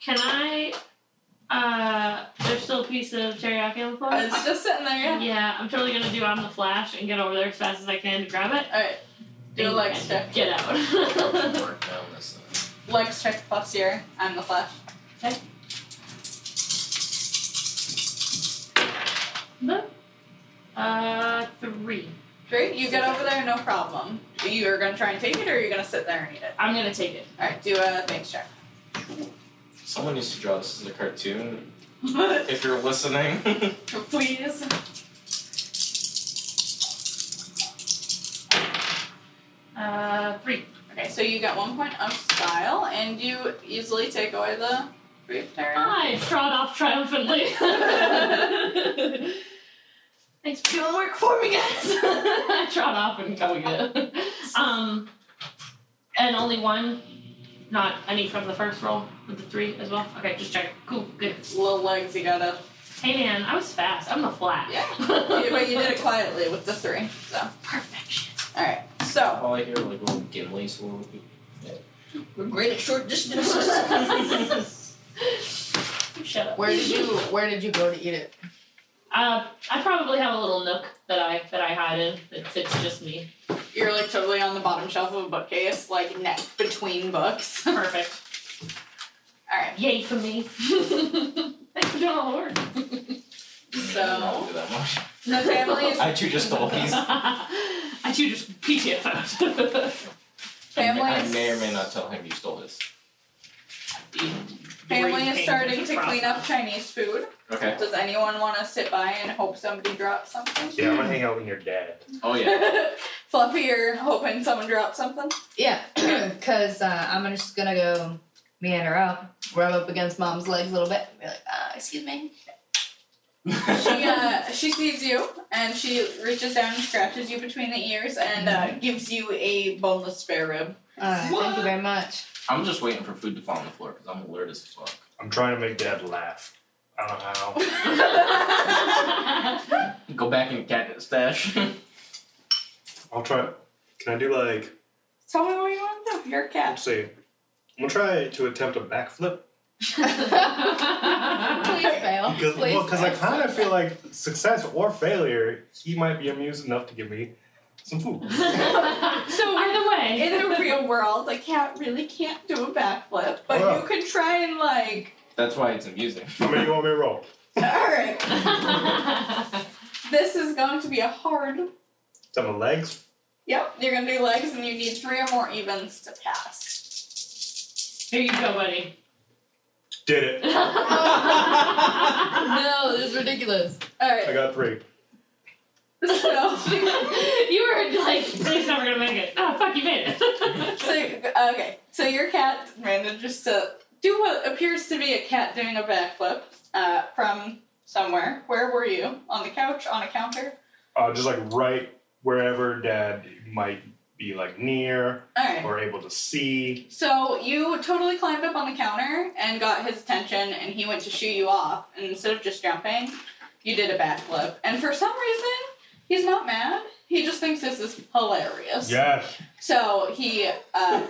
C: can I? Uh, there's still a piece of teriyaki on the floor.
B: But Um, it's just sitting there. Yeah.
C: yeah, I'm totally gonna do on the flash and get over there as fast as I can to grab it.
B: All right. Do a
C: and-
B: legs
C: and
B: check.
C: Get out.
A: Work down this thing.
B: Legs check plus your and the flash.
C: uh, three.
B: Great, you get over there, no problem. You're gonna try and take it, or you're gonna sit there and eat it.
C: I'm gonna take it.
B: All right, do a things check.
A: Someone needs to draw this as a cartoon. If you're listening,
B: Please.
C: Uh, three.
B: Okay, so you got one point of style, and you easily take away the brief terror.
C: I trot off triumphantly. Thanks for doing work for me, guys. I trot off and go get it. Um, and only one, not any from the first roll with the three as well. Okay, just check. Cool, good.
B: Little legs, you gotta.
C: Hey man, I was fast. I'm the flat.
B: Yeah. Yeah, but you did it quietly with the three. So,
C: Perfection.
B: all right. So
A: all I hear are like little gimlets. Little...
B: we're great at short distances.
C: Shut up.
E: Where did you Where did you go to eat it?
C: Uh, I probably have a little nook that I that I hide in that fits just me.
B: You're like totally on the bottom shelf of a bookcase, like neck between books. all
C: Perfect.
B: right.
C: Yay for me. Thanks for doing all the work.
A: I
B: So
A: don't do that much.
B: the families,
A: I too just stole these.
C: I do just PDF out.
A: I
B: families,
A: may or may not tell him you stole his.
B: family is starting to clean up Chinese food.
A: Okay.
B: Does anyone want to sit by and hope somebody drops something?
D: Yeah, I'm gonna hang out with your dad.
A: Oh yeah.
B: Fluffy, you're hoping someone drops something?
E: Yeah, because uh, I'm gonna- just gonna go meander out, rub up against mom's legs a little bit, and be like, uh, excuse me.
B: She, uh, she sees you and she reaches down and scratches you between the ears and uh, gives you a boneless spare rib.
E: Uh, thank you very much.
A: I'm just waiting for food to fall on the floor because I'm alert as fuck.
D: I'm trying to make dad laugh. I don't know how.
A: Go back in the catnip stash.
D: I'll try. Can I do like,
B: Tell me what you want to do. You're a cat.
D: let's see. I'm gonna try to attempt a backflip.
E: Please fail.
D: Because
E: Oh, Please
D: well, 'cause I
E: fail.
D: kind of feel like success or failure, he might be amused enough to give me some food.
C: so either way,
B: In the real world, a cat really can't do a backflip, but
D: Wow.
B: you could try and, like.
A: That's why it's amusing.
D: How many you want me to roll?
B: Alright, this is going to be a hard.
D: Some of the legs.
B: Yep, you're gonna do legs and you need three or more evens to pass.
C: here you go, buddy.
D: Did it.
E: No, this is ridiculous.
D: I
B: Alright,
D: got three.
B: so.
C: you were like, he's never gonna make it. Oh, fuck, you made
B: So
C: it.
B: okay, so your cat manages to do what appears to be a cat doing a backflip uh, from somewhere. Where were you? On the couch? On a counter?
D: Uh, just like right wherever dad might be like near
B: All right.
D: or able to see.
B: So you totally climbed up on the counter and got his attention, and he went to shoo you off. And instead of just jumping, you did a backflip. And for some reason, He's not mad. He just thinks this is hilarious.
D: Yes.
B: So he uh,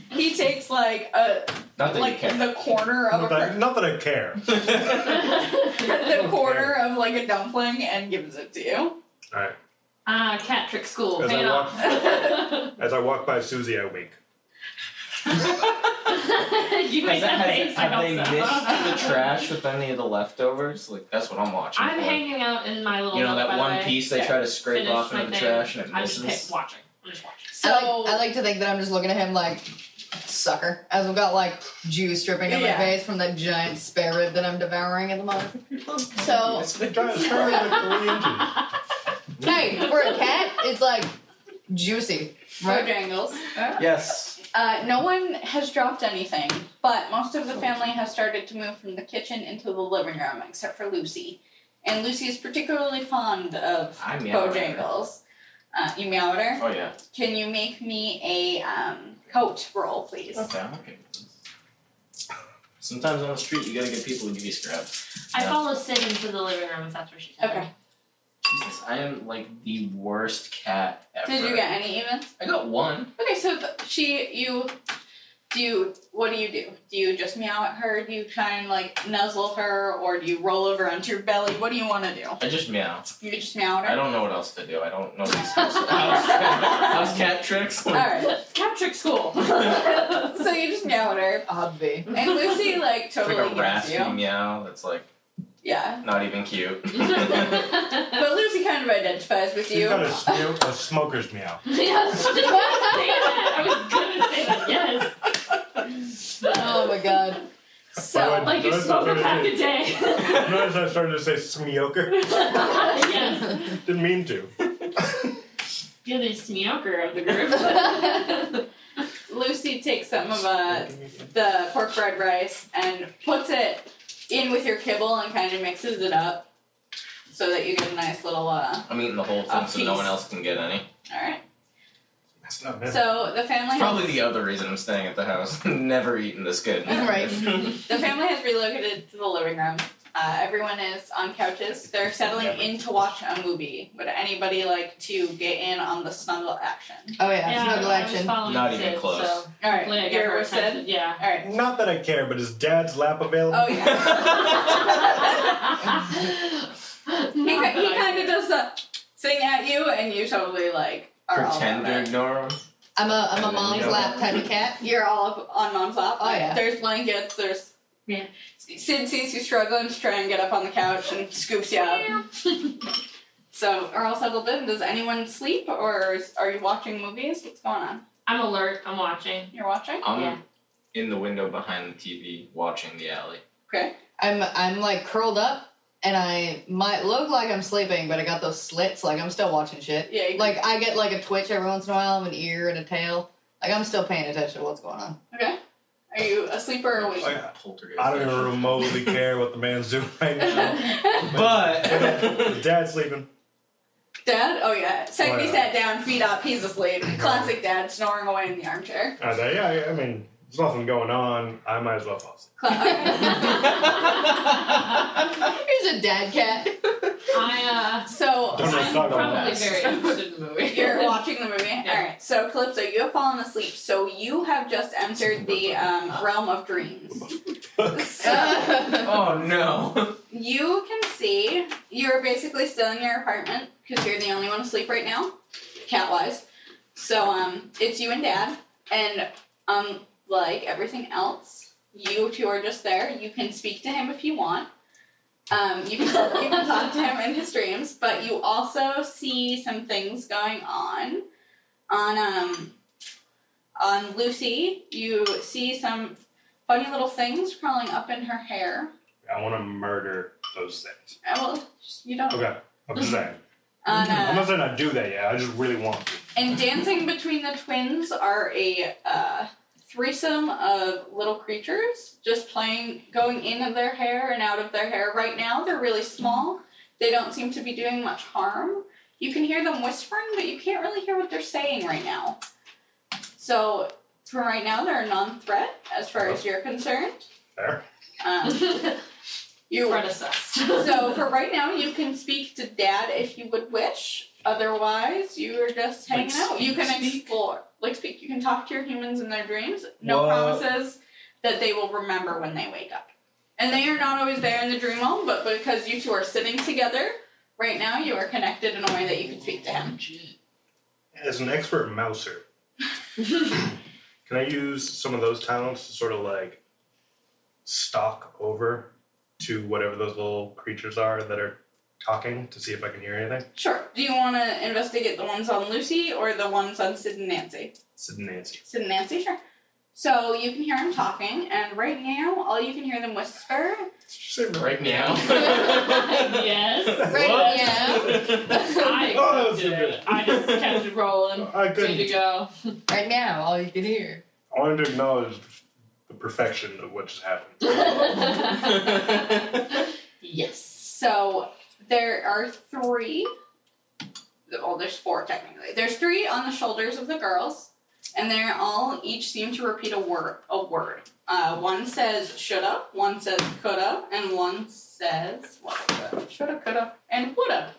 B: he takes like a
A: Not that
B: like the corner of a
D: Not that,
B: cur-
D: not that I care.
A: you can.
B: the corner of like a dumpling and gives it to you.
D: All right.
C: Ah, cat trick school.
D: As I
C: Hang on.
D: walk- As I walk by Susie, I wink.
C: you
A: Has that-
C: made that
A: has-
C: face.
A: have
C: I
A: they
C: hope so.
A: missed the trash with any of the leftovers? Like that's what I'm watching.
C: I'm
A: for.
C: hanging out in my little.
A: You know
C: nook, by
A: that
C: the
A: one
C: way.
A: piece they
C: Yeah.
A: try to scrape
C: Finish
A: off
C: my
A: into the
C: thing.
A: trash and it
C: I'm just
A: misses.
C: hit- watching. I'm just watching.
E: So I,
B: So-
E: like, I like to think that I'm just looking at him like sucker, as I've got like juice dripping in
B: Yeah.
E: my face from that giant spare rib that I'm devouring at the moment. So
D: It's been trying to turn like three inches.
E: hey, for a cat, it's like juicy, right?
B: Bojangles.
A: Yes.
B: Uh, no one has dropped anything, but most of the family has started to move from the kitchen into the living room, except for Lucy. And Lucy is particularly fond of
A: I meow.
B: Bojangles. Uh, you meow at her.
A: Oh yeah.
B: Can you make me a um, coat roll, please?
A: Okay. Okay. Sometimes on the street you gotta get people to give you scraps.
C: I
A: Yeah.
C: follow Sid into the living room if that's where she's
B: Okay.
C: going.
A: Jesus, I am like the worst cat ever.
B: Did you get any even?
A: I got one.
B: Okay, so th- she, you, do you, what do you do? Do you just meow at her? Do you try and like nuzzle her? Or do you roll over onto your belly? What do you want to do?
A: I just meow.
B: You just meow
A: I
B: at her?
A: don't know what else to do. I don't know these house, house, house cat tricks.
B: Alright.
C: Cat trick school.
B: So you just meow at her.
E: Obvi.
B: And Lucy like
A: It's like
B: totally
A: a
B: gets
A: raspy
B: you.
A: meow that's like
B: Yeah.
A: not even cute.
B: But Lucy kind of identifies with
D: She's
B: you.
D: got a, smear, a smoker's meow.
C: Yes. Damn it. I was gonna say that. Yes.
E: Oh my god.
B: So
C: Like you
D: Notice I
C: smoke a
D: started
C: pack
D: to-
C: a day.
D: Notice I started to say smoker.
C: yes.
D: Didn't mean to.
C: You're the smoker of the group.
B: Lucy takes some of uh, the pork fried rice and puts it in with your kibble and kind of mixes it up so that you get a nice little uh
A: I'm eating the whole thing
B: Oh,
A: so no
B: jeez.
A: one else can get any.
B: all right.
D: That's not meant.
B: So the family
A: It's
B: has,
A: probably the other reason I'm staying at the house. Never eaten this good.
E: Right.
B: the family has relocated to the living room. Uh, everyone is on couches. They're settling in to watch a movie. Would anybody like to get in on the snuggle action?
E: Oh yeah,
C: yeah,
E: snuggle
C: I was
E: action.
C: following
A: Not
C: Sid,
A: even close.
C: So.
B: All right,
C: Hopefully I get
B: you're
C: her
B: with Sid.
C: attention. Yeah.
B: All right.
D: Not that I care, but is Dad's lap available?
B: Oh yeah. he
C: Not that
B: he
C: I
B: kind of
C: do.
B: does the sing at you, and you totally like are
A: Pretend
B: all
A: to
B: about it.
A: ignore him.
E: I'm a I'm
A: And
E: a
A: then
E: mom's
A: you know-
E: lap type of cat.
B: You're all up on mom's lap.
E: Oh, yeah.
B: There's blankets. There's
C: Yeah.
B: Sid sees you struggling to try and get up on the couch and scoops you up. So are all settled in. Does anyone sleep or is, are you watching movies? What's going on?
C: I'm alert. I'm watching.
B: You're watching.
A: I'm
C: Yeah.
A: in the window behind the TV watching the alley.
B: Okay.
E: I'm I'm like curled up and I might look like I'm sleeping, but I got those slits, like I'm still watching shit.
B: Yeah. You,
E: Like I get like a twitch every once in a while, of an ear and a tail. Like I'm still paying attention to what's going on.
B: okay. Are you asleep or awake?
D: Like,
A: Poltergeist.
D: I don't even remotely care what the man's doing right now.
A: But
D: Dad's sleeping.
B: Dad? Oh yeah. Second he
D: Why
B: sat down, feet up, he's asleep. Classic dad snoring away in the armchair.
D: I thought, uh, yeah, yeah, I mean, there's nothing going on. I might as well fall asleep.
B: Cla-
E: Here's a dad cat.
C: I uh,
B: so
D: Don't know.
C: I'm
D: Snuggle
C: probably
A: ass.
C: very interested in the movie.
B: you're watching the movie.
C: Yeah.
B: All right. So Calypso, you have fallen asleep. So you have just entered the um, realm of dreams. So
A: oh no.
B: you can see you're basically still in your apartment because you're the only one asleep right now, cat wise. So um, it's you and Dad, and um, like everything else, you two are just there. You can speak to him if you want. Um, you can you can talk to him in his dreams, but you also see some things going on on um on Lucy. You see some funny little things crawling up in her hair.
D: I want to murder those things.
B: Uh, Well, just- you don't.
D: Okay, I'm just saying.
B: On,
D: I'm
B: uh,
D: not saying I do that yet. I just really want to.
B: and dancing between the twins are a uh, threesome of little creatures just playing, going into their hair and out of their hair. Right now, they're really small. They don't seem to be doing much harm. You can hear them whispering, but you can't really hear what they're saying right now. So, for right now, they're a non threat as far as you're concerned.
D: There.
B: Um, You
C: predecessed.
B: so for right now, you can speak to Dad if you would wish. Otherwise, you are just hanging
A: Like
B: out. You
A: speak,
B: can
A: speak?
B: explore, like speak. You can talk to your humans in their dreams. No
A: What?
B: promises that they will remember when they wake up. And they are not always there in the dream world, but because you two are sitting together right now, you are connected in a way that you can speak to him.
D: As an expert mouser, can I use some of those talents to sort of like stalk over to whatever those little creatures are that are talking to see if I can hear anything?
B: Sure. Do you want to investigate the ones on Lucy or the ones on Sid and Nancy?
D: Said Nancy.
B: Sid and Nancy, sure. So you can hear them talking, and right now, all you can hear them whisper.
D: Said
A: Right now.
C: yes.
E: Right, yeah.
C: I
D: Oh, that was
C: did
D: so
C: it. I just kept it rolling.
D: I
C: Good to
D: couldn't.
C: go.
E: Right now, all you can hear.
D: I wanted to acknowledge the perfection of what just happened.
C: yes.
B: So there are three. Well, there's four technically. There's three on the shoulders of the girls, and they all each seem to repeat a word. A word. Uh, one says shoulda, one says coulda, and one says what was it? Shoulda, coulda, and woulda.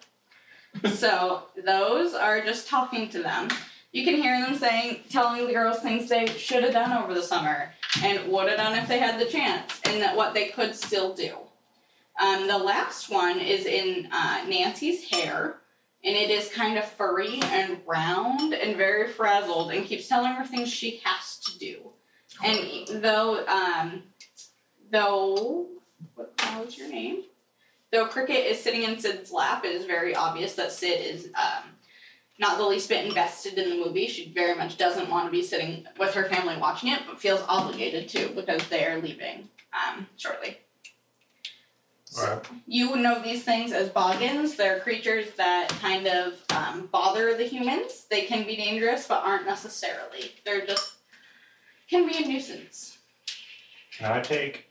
B: so those are just talking to them. You can hear them saying, telling the girls things they should have done over the summer and would have done if they had the chance, and that what they could still do. Um, the last one is in uh, Nancy's hair, and it is kind of furry and round and very frazzled, and keeps telling her things she has to do. And though, um, though, what the hell is your name? Though Cricket is sitting in Sid's lap, it is very obvious that Sid is um, not the least bit invested in the movie. She very much doesn't want to be sitting with her family watching it, but feels obligated to because they are leaving um, shortly.
D: Alright.
B: You would know these things as boggins. They're creatures that kind of um, bother the humans. They can be dangerous, but aren't necessarily. They're just can be a nuisance.
D: Can I take?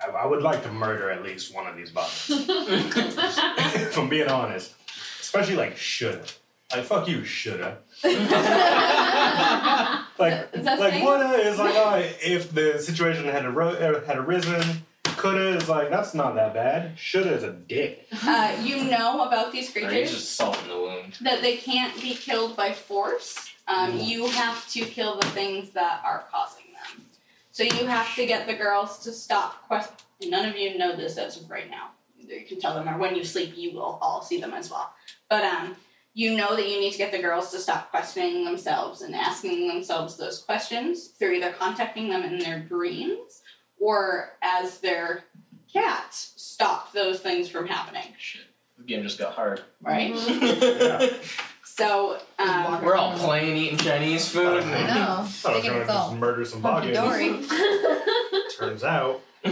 D: I, I would like to murder at least one of these bodies. if I'm being honest, especially like shoulda. Like fuck you, shoulda.
B: Uh,
D: Like
B: Is that
D: like
B: thing?
D: woulda is like oh, if the situation had aro- er, had arisen. Coulda is like that's not that bad. Shoulda is a dick.
B: Uh, you know about these
A: Or you
B: creatures
A: just salt in the wound.
B: that they can't be killed by force. Um, you have to kill the things that are causing them. So you have to get the girls to stop. Quest- None of you know this as of right now. You can tell them, or when you sleep, you will all see them as well. But um, you know that you need to get the girls to stop questioning themselves and asking themselves those questions through either contacting them in their dreams or as their cat. Stop those things from happening,
A: Shit. The game just got hard.
B: right?
C: Mm-hmm.
B: So um,
F: We're all playing, eating Chinese food.
E: I know.
D: I thought I was
E: Thinking
D: gonna
E: it's all
D: just murder some
E: Hunky
D: bodies.
E: dory.
D: Turns out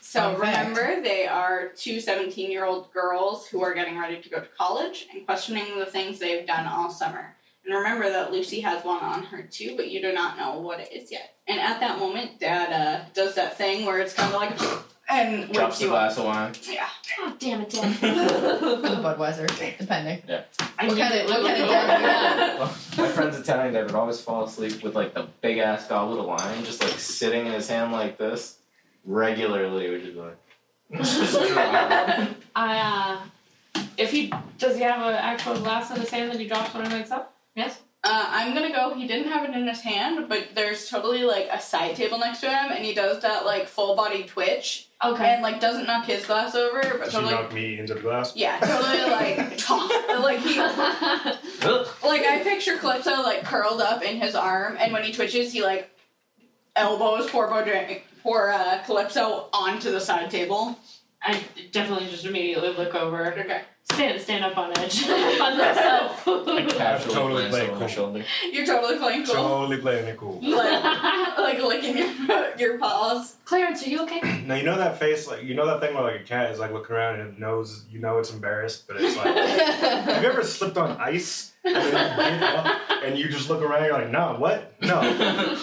B: So
E: Fun fact.
B: remember, they are two 17 year old girls who are getting ready to go to college and questioning the things they've done all summer. And remember that Lucy has one on her too, but you do not know what it is yet. And at that moment, Dad uh, does that thing where it's kind of like, and wakes
F: Drops a
B: you up.
F: glass of wine.
B: Yeah.
C: oh, damn it, Dad.
E: Or the Budweiser, depending.
C: I
E: What
C: need
E: kind of-
C: it
E: what kind
C: looking
E: of dad you
C: over.
E: got?
A: My friend's Italian dad would always fall asleep with like the big ass goblet of wine, just like sitting in his hand like this, regularly, which is like.
C: I, uh, if he does, he have an actual glass in his hand that he drops when he wakes up. Yes.
B: Uh, I'm gonna go. He didn't have it in his hand, but there's totally like a side table next to him, and he does that like full body twitch
C: Okay.
B: and like doesn't knock his glass over, but
D: she
B: totally.
D: knocked me into the glass.
B: Yeah, totally like toss. Like he Like I picture Calypso like curled up in his arm, and when he twitches, he like elbows poor Bodra- poor uh, Calypso onto the side table.
C: I definitely just immediately look over.
B: Okay,
C: Stand, stand up on edge. on myself.
A: I casually
D: Totally
A: glance over
D: played
A: my
D: cool.
A: shoulder.
B: you're totally playing cool.
D: Totally playing it cool.
B: Like, like licking your your paws.
C: Clarence, are you okay?
D: Now you know that face, like you know that thing where like a cat is like looking around and it knows you know it's embarrassed, but it's like, have you ever slipped on ice and, then you get up and you just look around, you're like, nah, what? No,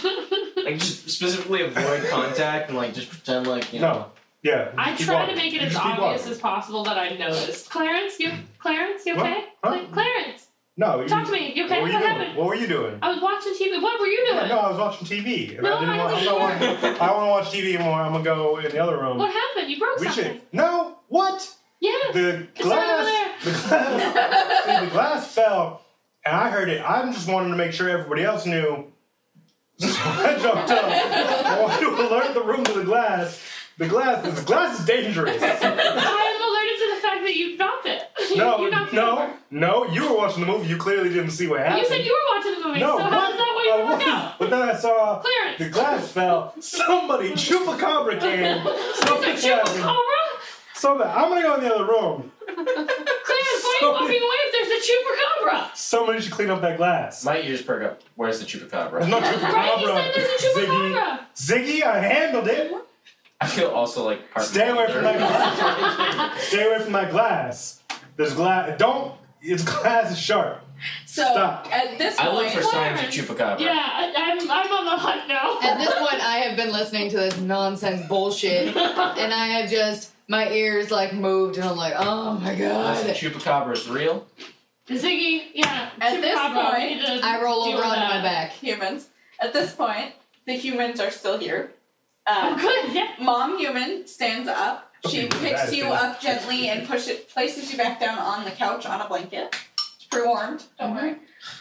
A: like just specifically avoid contact and like just pretend like you know.
D: no, yeah.
C: I
D: keep
C: try
D: walking.
C: to make it
D: You
C: as
D: just keep
C: obvious
D: walking.
C: as possible that I noticed. Clarence, you, Clarence, you
D: What?
C: okay?
D: Huh?
C: Cla- Clarence,
D: No. you-
C: Talk to me. You okay?
D: What were
C: What
D: you doing?
C: happened?
D: What were you doing?
C: I was watching TV. What were you doing?
D: No, I was watching TV. And
C: No,
D: I didn't
C: I
D: want, I'm
C: was
D: not
C: here.
D: watching- I don't want to watch TV anymore. I'm gonna go in the other room.
C: What happened? You broke
D: we
C: something.
D: should. No. What?
C: Yeah.
D: The
C: It's right over
D: glass. The glass. see, the glass fell, and I heard it. I'm just wanting to make sure everybody else knew. So I jumped up. I wanted to alert the room to the glass. The glass. The glass is dangerous.
C: I'm alerted to the fact that you dropped it.
D: No,
C: you knocked it
D: no,
C: over.
D: no. You were watching the movie. You clearly didn't see what happened.
C: You said you were watching the movie,
D: no,
C: so
D: what?
C: how does that way
D: I
C: you work
D: was-
C: out?
D: But then I saw
C: Clearance.
D: the glass fell. Somebody, chupacabra came. Something
C: It's a
D: happened.
C: chupacabra?
D: Something. I'm gonna go in the other room.
C: Clarence, why
D: So-
C: are you walking away if there's a chupacabra?
D: Somebody should clean up that glass.
A: My ears perk up. Where's the chupacabra?
D: There's no
C: Right? You said
D: chupacabra.
C: there's a chupacabra.
D: Ziggy, Ziggy, I handled it.
A: I feel also like part
D: Stay away from that
A: that.
D: glass. Stay away from that glass. There's glass. Don't. It's glass is sharp.
B: So
D: Stop.
B: at this
A: I
B: point,
A: look for signs of chupacabra.
C: Yeah, I, I'm, I'm on the hunt now.
E: At this point, I have been listening to this nonsense bullshit, and I have just my ears like moved, and I'm like, oh my
A: Listen,
E: god.
A: chupacabra is real.
C: Ziggy, yeah.
B: At this
C: chupacabra, we
B: point,
C: need to
E: I roll
C: deal
E: over
C: with
E: onto
C: that.
E: my back.
B: humans. At this point, the humans are still here.
C: Oh,
B: Uh,
C: good, yeah.
B: Mom human stands up. She
D: Okay, that
B: picks
D: is
B: you
D: good.
B: up gently and push it, places you back down on the couch on a blanket. It's pre-warmed. Don't worry.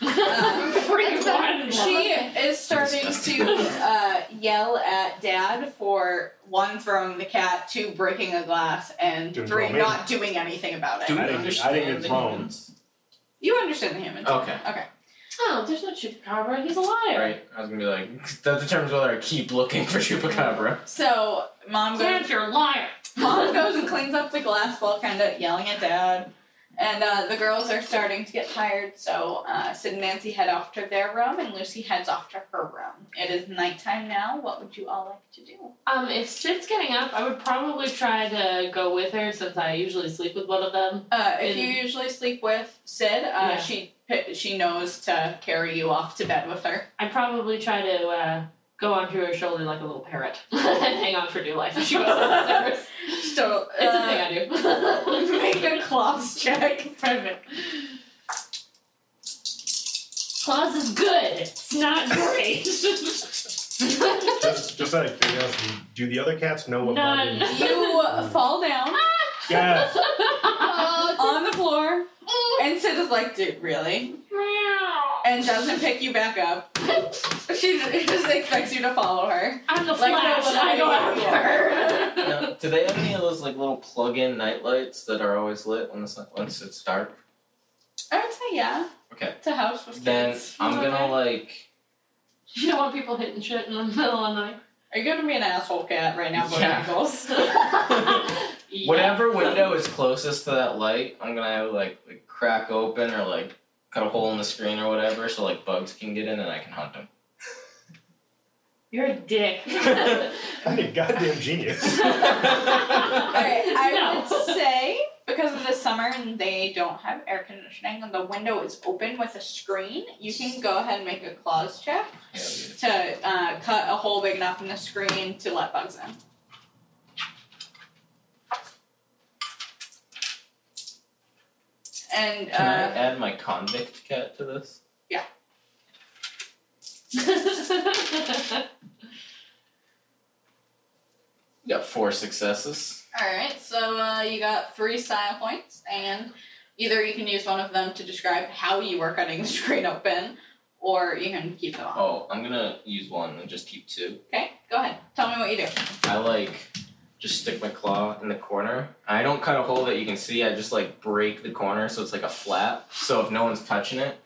B: Um,
C: Pretty wild.
B: She is starting to uh, yell at Dad for one throwing the cat, two breaking a glass, and
D: Doing
B: three
D: well, maybe.
B: not doing anything about it.
A: Do we
D: I think- I
A: understand
D: think it's
A: the
D: wrong.
A: humans?
B: You understand the humans?
A: Okay.
C: Oh, there's no chupacabra. He's a liar.
A: Right. I was gonna be like, that determines whether I keep looking for chupacabra.
B: So mom goes,
C: Clarence, you're a liar.
B: mom goes and cleans up the glass while kind of yelling at Dad, and uh, the girls are starting to get tired. So uh, Sid and Nancy head off to their room, and Lucy heads off to her room. It is nighttime now. What would you all like to do?
C: Um, if Sid's getting up, I would probably try to go with her since I usually sleep with one of them.
B: Uh, if
C: And-
B: you usually sleep with Sid, uh,
C: Yeah.
B: she pi- she knows to carry you off to bed with her.
C: I'd probably try to uh, go onto her shoulder like a little parrot and hang on for dear life as she goes upstairs.
B: So
C: It's a
B: uh,
C: thing I do.
B: make a claws check.
C: Perfect. Claws is good. It's not great.
D: Just, just out of curiosity, do the other cats know what
C: None.
D: Bobby?
B: You fall down
D: Yes.
E: Oh,
B: on the floor, and Sid is like, "Dude, really?" and doesn't pick you back up. She just expects you to follow her.
C: I'm the
B: Like
C: flash.
B: nobody
C: I go
B: else.
C: after her.
A: Now, do they have any of those like little plug-in nightlights that are always lit when it's once it's dark?
B: I would say yeah.
A: Okay.
B: To house with
A: Then
B: kids.
A: I'm gonna like.
C: You don't want people hitting shit in the middle of the night.
B: Are you gonna be an asshole cat right now, boy
A: Yeah.
B: Eagles?
C: Yeah.
A: Whatever window is closest to that light, I'm gonna have like, like crack open or like cut a hole in the screen or whatever, so like bugs can get in and I can hunt them.
C: You're a dick.
D: I'm a goddamn genius.
B: Alright, I
C: No.
B: would say because of the summer and they don't have air conditioning and the window is open with a screen, you can go ahead and make a claws check
A: Yeah, dude.
B: to uh, cut a hole big enough in the screen to let bugs in. And
A: Can I
B: uh,
A: add my convict cat to this? We got four successes.
B: alright, so uh, you got three style points, and either you can use one of them to describe how you were cutting the screen open, or you can keep them on.
A: Oh, I'm gonna use one and just keep two.
B: Okay, go ahead. Tell me what you do.
A: I like just stick my claw in the corner. I don't cut a hole that you can see. I just like break the corner so it's like a flap. So if no one's touching it,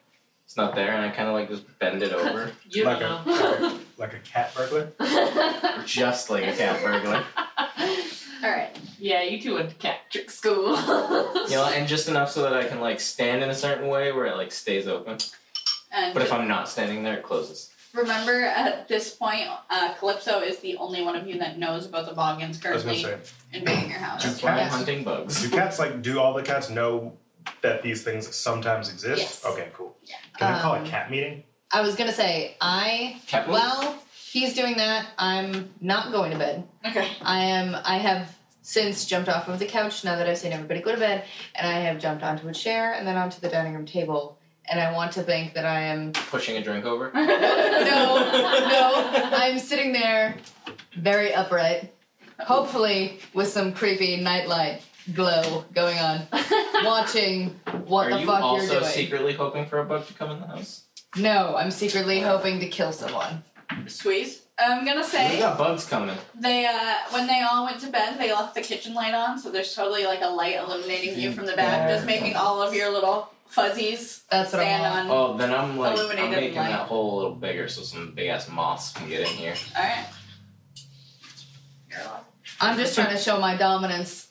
A: it's not there. And I kind of like just bend it over,
C: you don't
D: Like
C: know.
D: like a cat burglar.
A: just like a cat burglar.
B: All right.
C: yeah, you two went to cat trick school.
A: You know, and just enough so that I can like stand in a certain way where it like stays open.
B: And
A: But if I'm not standing there, it closes.
B: remember, at this point, uh, Calypso is the only one of you that knows about the Boggins
D: I was gonna
B: currently
D: say.
B: invading your house.
A: That's why I'm
E: Yes.
A: hunting bugs.
D: Do cats like? Do all the cats know that these things sometimes exist?
B: Yes.
D: Okay, cool. Can I call
E: Um,
D: a cat meeting?
E: I was gonna say, I,
A: Cat woman?
E: well, he's doing that. I'm not going to bed.
B: Okay.
E: I am, I have since jumped off of the couch now that I've seen everybody go to bed, and I have jumped onto a chair and then onto the dining room table and I want to think that I am
A: Pushing a drink over.
E: no, no. I'm sitting there very upright, hopefully with some creepy nightlight glow going on, watching what
A: Are
E: the
A: you
E: fuck
A: also
E: you're doing.
A: secretly hoping for a bug to come in the house?
E: no, I'm secretly hoping to kill someone.
B: Squeeze. I'm gonna
A: We
B: say
A: got bugs coming.
B: they uh when they all went to bed, they left the kitchen light on, so there's totally like a light illuminating you from the back, just making all of your little fuzzies
E: That's what
B: stand
E: I want.
B: on.
A: Oh, then I'm like, I'm
B: Illuminated
A: making
B: light.
A: that hole a little bigger so some big ass moths can get in here.
B: All right.
E: I'm just trying to show my dominance.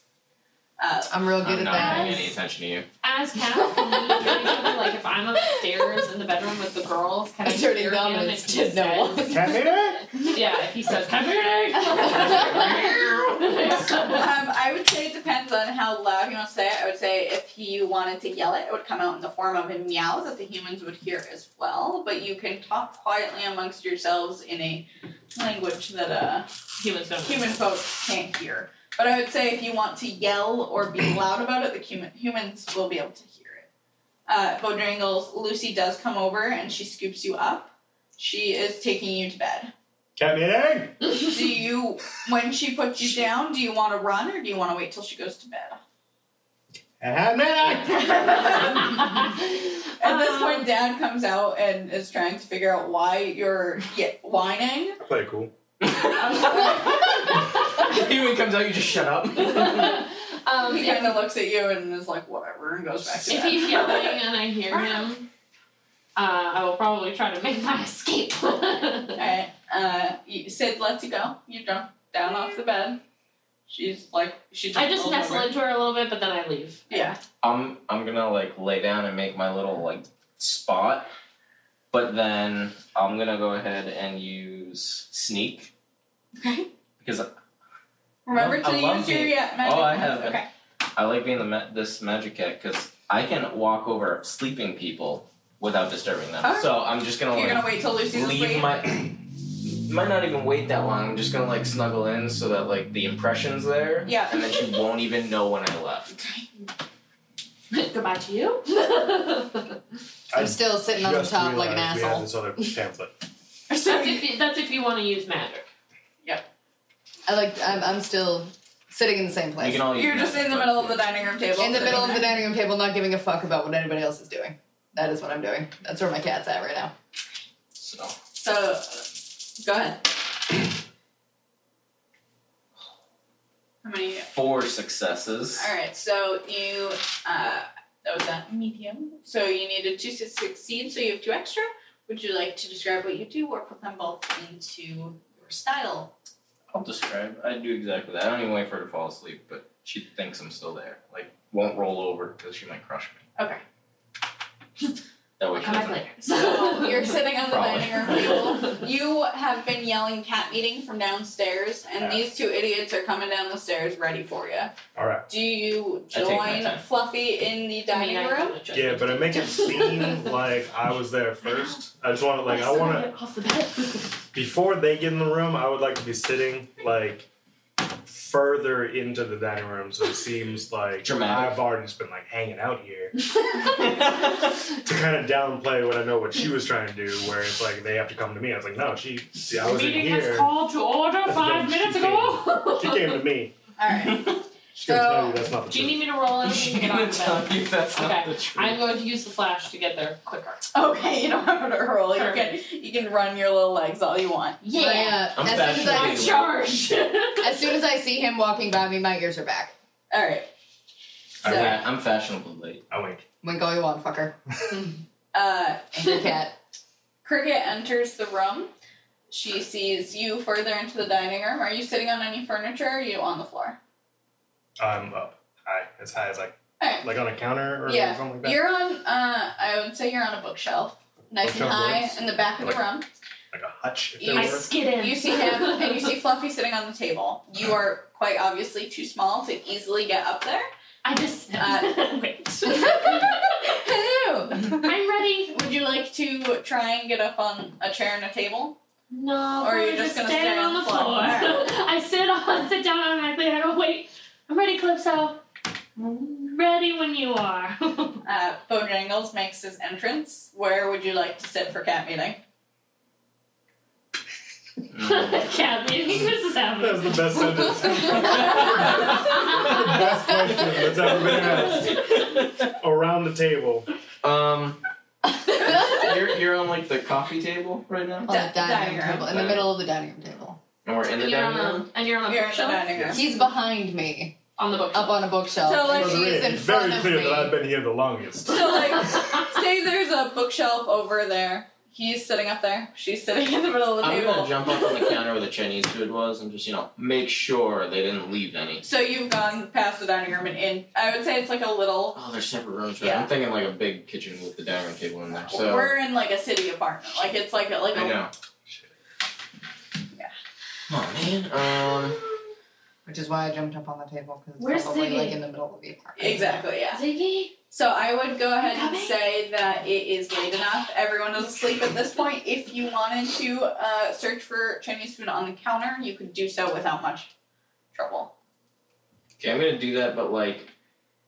B: Uh,
E: I'm real
A: I'm
E: good at
A: not
E: that.
A: paying any attention to you.
C: As Kat, can we do each other, like if I'm upstairs in the bedroom with the girls, can I
E: Asserting
C: hear him
E: dominance
C: if he
E: to no
C: says,
E: one.
D: Cat made it?
C: Yeah, if he says, "Come here,
B: Um, I would say it depends on how loud you want to say it. I would say if he wanted to yell it, it would come out in the form of a meow that the humans would hear as well. But you can talk quietly amongst yourselves in a language that uh,
C: Humans don't.
B: human folk can't hear. But I would say if you want to yell or be loud about it, the human, humans will be able to hear it. Uh, Bodringles, Lucy does come over and she scoops you up. She is taking you to bed.
D: Cat made it?
B: Do you, when she puts you down, do you want to run or do you want to wait till she goes to bed?
D: Cat made it?
B: At this
C: Um,
B: point, Dad comes out and is trying to figure out why you're ye- whining.
D: I play it cool.
A: Human comes out, you just shut up.
C: um,
B: He kind
C: if,
B: of looks at you and is like, "Whatever," and goes back to
C: if
B: bed.
C: he's yelling and I hear him, uh, I will probably try to make my escape.
B: Alright, uh, you- Sid lets you go. You jump down off the bed. She's like, she.
C: I just
B: rolls
C: nestle
B: over.
C: into her a little bit, but then I leave.
B: Yeah.
A: I'm I'm gonna like lay down and make my little like spot, but then I'm gonna go ahead and use sneak
B: Okay.
A: because
B: Remember
A: Well, I
B: to
A: love
B: use your
A: it.
B: yeah, magic.
A: Oh, I have it.
B: Okay.
A: I like being the ma- this magic cat because I can walk over sleeping people without disturbing them.
B: Okay.
A: So I'm just gonna
B: You're
A: like
B: gonna wait till Lucy's
A: leave
B: asleep.
A: my. Might not even wait that long. I'm just gonna like snuggle in so that like the impression's there.
B: Yeah.
A: And then she won't even know when I left.
C: Goodbye to you.
E: I'm still sitting on the
D: Just
E: top like an
D: realized we had
E: asshole.
D: this other pamphlet.
C: that's if you, that's if you want to use magic.
E: I like. I'm, I'm still sitting in the same
A: You
E: place.
A: can all use
B: You're just
A: magic,
B: in the
A: but-
B: middle of the dining room table.
E: in the
B: sitting
E: middle of the
B: there.
E: dining room table, not giving a fuck about what anybody else is doing. That is what I'm doing. That's where my cat's at right now.
A: So
B: So, uh, go ahead. How many?
A: four successes.
B: All right, so you uh, that was a medium. So you needed two to succeed. So you have two extra. Would you like to describe what you do, or put them both into your style?
A: I'll describe. I do exactly that. I don't even wait for her to fall asleep, but she thinks I'm still there. Like, won't roll over because she might crush me.
B: Okay.
A: That way
C: I'll
A: she
C: come back
A: doesn't.
C: later.
B: So you're sitting on the
A: Probably.
B: dining room table. You have been yelling cat meeting from downstairs, and
A: Yeah.
B: these two idiots are coming down the stairs ready for you.
D: Alright.
B: Do you
A: I take my
B: join
A: time.
B: Fluffy in the
C: I mean,
B: dining
C: I
B: room?
C: don't judge
D: Yeah,
C: you.
D: but I make it seem like I was there first. I just want to, like, I
C: Sorry,
D: want to.
C: get off the bed.
D: before they get in the room, I would like to be sitting like further into the dining room, so it seems like
A: Dramatic.
D: I've already just been like hanging out here to kind of downplay what I know what she was trying to do, where it's like they have to come to me. I was like, no, she, see, I was in
C: Meeting was
D: here.
C: called to order five
D: She
C: minutes
D: came.
C: ago.
D: She came to me.
B: All right.
D: She can tell
B: So,
D: you that's not the
C: Do you need
D: truth.
C: me to roll anything
A: She's
C: to get
A: gonna
C: off the
A: tell
C: bed?
A: you that's not
C: Okay.
A: the truth.
C: I'm going to use the flash to get there quicker.
B: Okay, you don't have to roll. You can you can run your little legs all you want.
E: My, uh,
A: I'm
E: as, soon as,
A: fashioning
C: I'm
E: I,
A: it.
C: charged.
E: as soon as I see him walking by me, my ears are back.
B: All right.
A: I'm,
B: So,
A: fa- I'm fashionably late.
D: I wink.
E: Wink all you want, fucker.
B: uh,
E: Angry cat.
B: Cricket enters the room. She sees you further into the dining room. Are you sitting on any furniture? Or are you on the floor?
D: I'm up high, as high as like
B: All right.
D: like on a counter or
B: Yeah,
D: something like that.
B: You're on. Uh, I would say you're on a bookshelf, nice and
D: Bookshelf
B: high
D: works.
B: in the back of the room.
D: like a hutch. If
B: You-
D: there
C: I
D: were.
C: skid in.
B: You see him and you see Fluffy sitting on the table. You are quite obviously too small to easily get up there.
C: I just
B: Uh,
C: wait.
B: Hello.
C: I'm ready.
B: Would you like to try and get up on a chair and a table?
C: No,
B: Or are you
C: I'm
B: just gonna
C: stand
B: stay
C: on
B: on
C: the
B: the floor?
C: I sit on, sit down automatically. I don't wait. I'm ready, Calypso. Ready when you are.
B: Uh, Bojangles makes his entrance. Where would you like to sit for cat meeting?
A: Mm.
C: Kathy, this is
D: That's the
C: happening.
D: best sentence. best question that's ever been asked. Around the table.
A: um,
E: on
A: you're, you're on like the coffee table right now,
E: the
B: Di-
E: dining,
B: dining room.
E: room table, in the
A: Uh,
E: middle of the dining room table.
A: and we're in the
C: you're on
A: dining room.
C: the, and you're on the
B: You're in the
C: bookshelf?
B: dining room.
E: He's behind me,
C: On the bookshelf.
E: up on a bookshelf,
B: So, like,
E: and she is in
D: it's very
E: front of
D: clear
E: me.
D: that I've been here the longest.
B: So like, say there's a bookshelf over there. He's sitting up there. She's sitting in the middle of the
A: I'm
B: table.
A: gonna jump up on the counter where the Chinese food was and just you know make sure they didn't leave any.
B: So you've gone past the dining room and in. I would say it's like a little.
A: Oh, there's separate rooms. Right?
B: Yeah.
A: I'm thinking like a big kitchen with the dining room table in there. So
B: We're in like a city apartment. Like it's like a like
A: I
B: a.
A: know. Oh man. Um.
E: Which is why I jumped up on the table because it's
C: Where's
E: probably
C: the-
E: like in the middle of the apartment.
B: Exactly. Yeah.
C: Ziggy?
B: So I would go ahead and
C: Coming?
B: say that it is late enough. Everyone is asleep at this point. If you wanted to uh, search for Chinese food on the counter, you could do so without much trouble.
A: Okay, I'm gonna do that, but like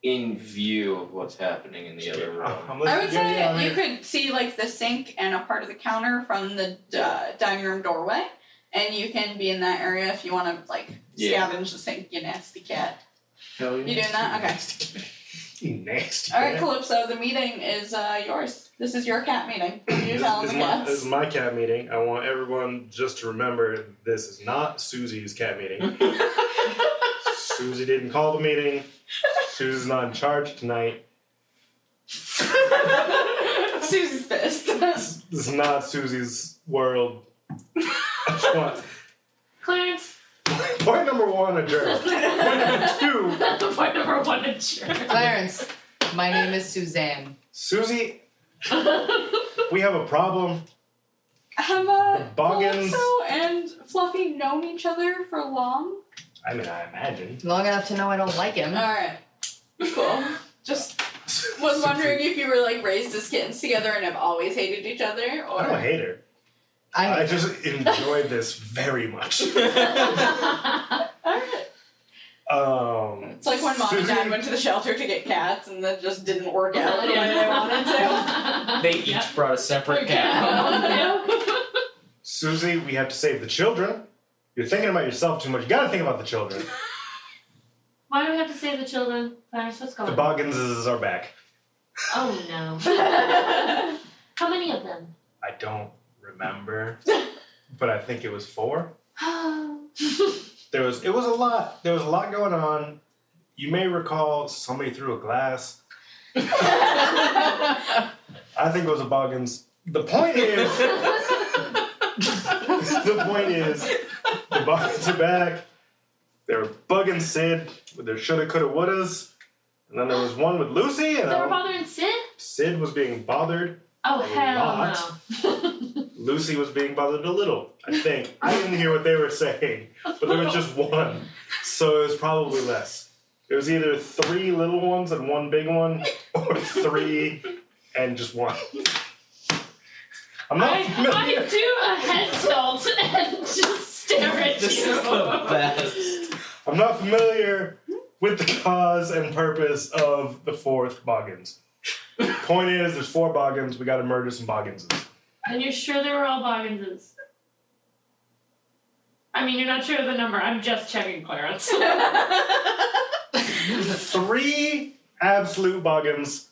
A: in view of what's happening in the other room.
D: I'm
B: I would
D: listening.
B: say
D: Yeah, yeah, I
B: you
D: mean,
B: could see like the sink and a part of the counter from the uh, dining room doorway, and you can be in that area if you want to like
A: Yeah.
B: scavenge the sink, you nasty cat.
A: Hell yeah.
B: You doing that? Okay.
D: You nasty.
B: All right,
D: man.
B: Calypso, the meeting is uh, yours. This is your cat meeting. You
D: This,
B: tell
D: this
B: them
D: is my, this
B: yes.
D: is my cat meeting. I want everyone just to remember this is not Susie's cat meeting. Susie didn't call the meeting. Susie's not in charge tonight.
B: Susie's pissed.
D: This is not Susie's world. I just want-
C: Clarence,
D: Point number one, adjourned. Point number two,
C: point number one in church.
E: Clarence, my name is Suzanne.
D: Susie, we have a problem.
B: Have uh,
D: Boggins.
B: Calypso and Fluffy known each other for long?
D: I mean, I imagine.
E: Long enough to know I don't like
D: Mm-hmm.
E: him.
B: All right, cool. Just was wondering if you were like raised as kittens together and have always hated each other,
D: I don't
B: or
D: hate her. I
E: I
D: just enjoy this very much.
B: All right.
D: Um,
B: it's like when mom and dad
D: Susie-
B: went to the shelter to get cats and that just didn't work out the way they wanted to.
A: They each
C: Yep.
A: brought a separate cat.
D: Susie, we have to save the children. You're thinking about yourself too much. You gotta think about the children.
C: Why do we have to save the children? Clarence, what's
D: The
C: going on?
D: Bogginses are back.
C: Oh no. How many of them?
D: I don't remember, but I think it was four. There was it was a lot. There was a lot going on. You may recall somebody threw a glass. I think it was a Boggins. The point is, the point is, the Boggins are back. They were bugging Sid with their shoulda, coulda, wouldas, and then there was one with Lucy, and
C: They were
D: I don't-
C: bothering Sid?
D: Sid was being bothered.
C: Oh
D: A
C: hell
D: lot. Lucy was being bothered a little, I think. I didn't hear what they were saying, but there was just one. So it was probably less. It was either three little ones and one big one, or three and just one. I'm
C: no.
D: not
C: I, I
D: familiar.
C: do a head tilt and just stare at
A: this
C: you.
A: is the best.
D: I'm not familiar with the cause and purpose of the fourth Boggins. Point is, there's four Boggins. We got to murder some Bogginses.
C: And you're sure they were all Bogginses? I mean, you're not sure of the number. I'm just checking Clarence.
D: Three absolute Boggins.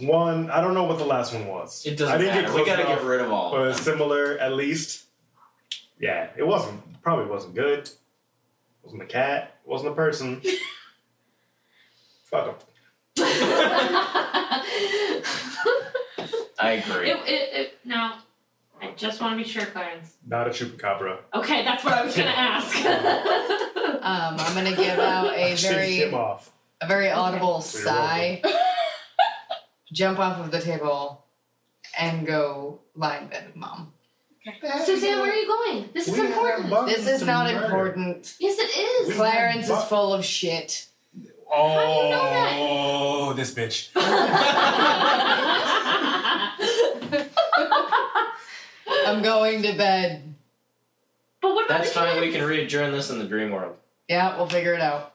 D: One, I don't know what the last one was.
A: It doesn't
D: I didn't
A: matter.
D: get
A: we
D: close
A: gotta
D: enough,
A: get rid of all.
D: but similar at least. Yeah, it wasn't. Probably wasn't good. wasn't a cat. wasn't a person. Fuck 'em.
A: I
C: It,
A: agree.
C: it, it, no, I just want to be sure, Clarence.
D: Not a chupacabra.
C: Okay, that's what I was gonna ask.
E: um, I'm gonna give out a
D: Shake him
E: very
D: off.
E: a very audible
D: So you're
E: sigh, jump off of the table, and go lie in bed with mom.
C: Suzanne, where are you going? This is
D: We have
C: important.
D: Boggins
E: This is
D: to
E: not
D: murder.
E: important.
C: Yes, it is.
D: We-
E: Clarence is
D: But-
E: full of shit.
D: Oh,
C: do you know that?
D: this bitch.
E: I'm going to bed.
C: but what about
A: That's
C: the
A: fine.
C: kids?
A: We can re-adjourn this in the dream world.
E: Yeah, we'll figure it out.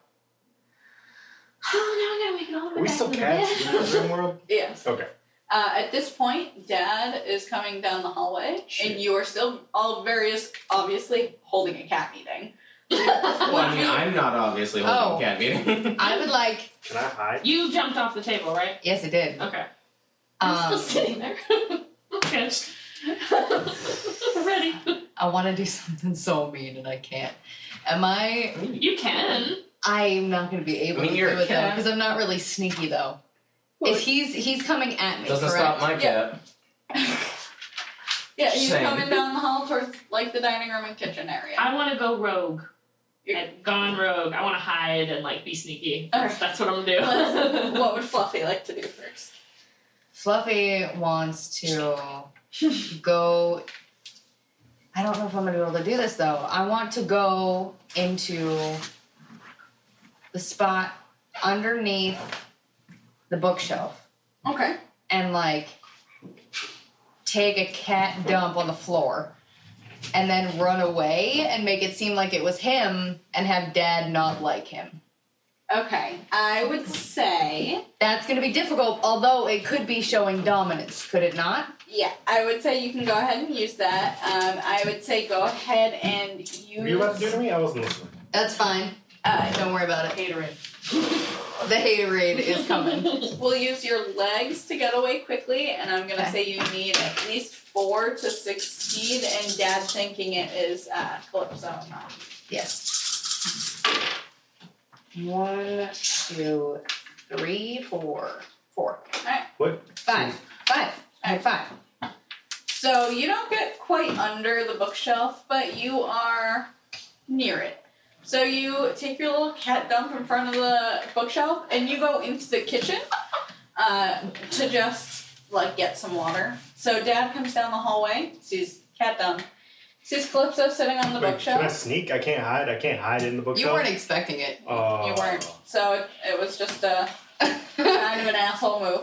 C: Oh, now I gotta make it all the way
D: Are we
C: back
D: still
C: to the
D: cats in the
C: bed.
D: dream world?
B: Yes.
D: Okay.
B: Uh, at this point, Dad is coming down the hallway,
D: Shit.
B: and you are still all various, obviously, holding a cat meeting.
A: Well, I mean, I'm not obviously holding
E: Oh.
A: a cat meeting.
E: I would like.
D: Can I hide?
C: you jumped off the table, right?
E: Yes, it did.
C: Okay. I'm
E: Um,
C: still sitting there. okay. Ready.
E: I want to do something so mean and I can't. Am I?
C: You can.
E: I'm not going to be able
A: I mean,
E: to do
A: you're a
E: it though
A: cat.
E: because I'm not really sneaky though.
B: Well,
E: If he's he's coming at me,
A: Doesn't
E: correct?
A: stop my cat.
B: Yeah, he's
A: Same.
B: coming down the hall towards like the dining room and kitchen area.
C: I want to go rogue.
B: You-
C: I've gone rogue. I want to hide and like be sneaky. That's,
B: Okay.
C: that's what I'm gonna
B: Let's- what would Fluffy like to do first?
E: Fluffy wants to go. I don't know if I'm gonna be able to do this though. I want to go into the spot underneath the bookshelf
B: Okay.
E: and like take a cat dump on the floor and then run away and make it seem like it was him and have dad not like him.
B: Okay. I would say
E: That's gonna be difficult, although it could be showing dominance, could it not?
B: yeah. I would say you can go ahead and use that. Um, I would say go ahead and use.
D: Were you about to do it to me? I wasn't listening.
E: That's fine.
B: uh,
E: Don't worry about it.
C: do. Gatorade.
E: The haterade is coming.
B: We'll use your legs to get away quickly, and I'm gonna
E: Okay.
B: say you need at least four to succeed. And Dad thinking it is uh, Calypso. and not-
E: yes. One, two, three, four, four,
D: What?
E: five, five. I had five.
B: So you don't get quite under the bookshelf, but you are near it. So you take your little cat dump in front of the bookshelf, and you go into the kitchen uh, to just like get some water. So Dad comes down the hallway, sees cat dump, sees Calypso sitting on the
D: Wait,
B: bookshelf.
D: Can I sneak? I can't hide. I can't hide in the bookshelf.
E: You weren't expecting it.
D: Oh.
B: You weren't. So it, it was just a kind of
E: I
B: an asshole move.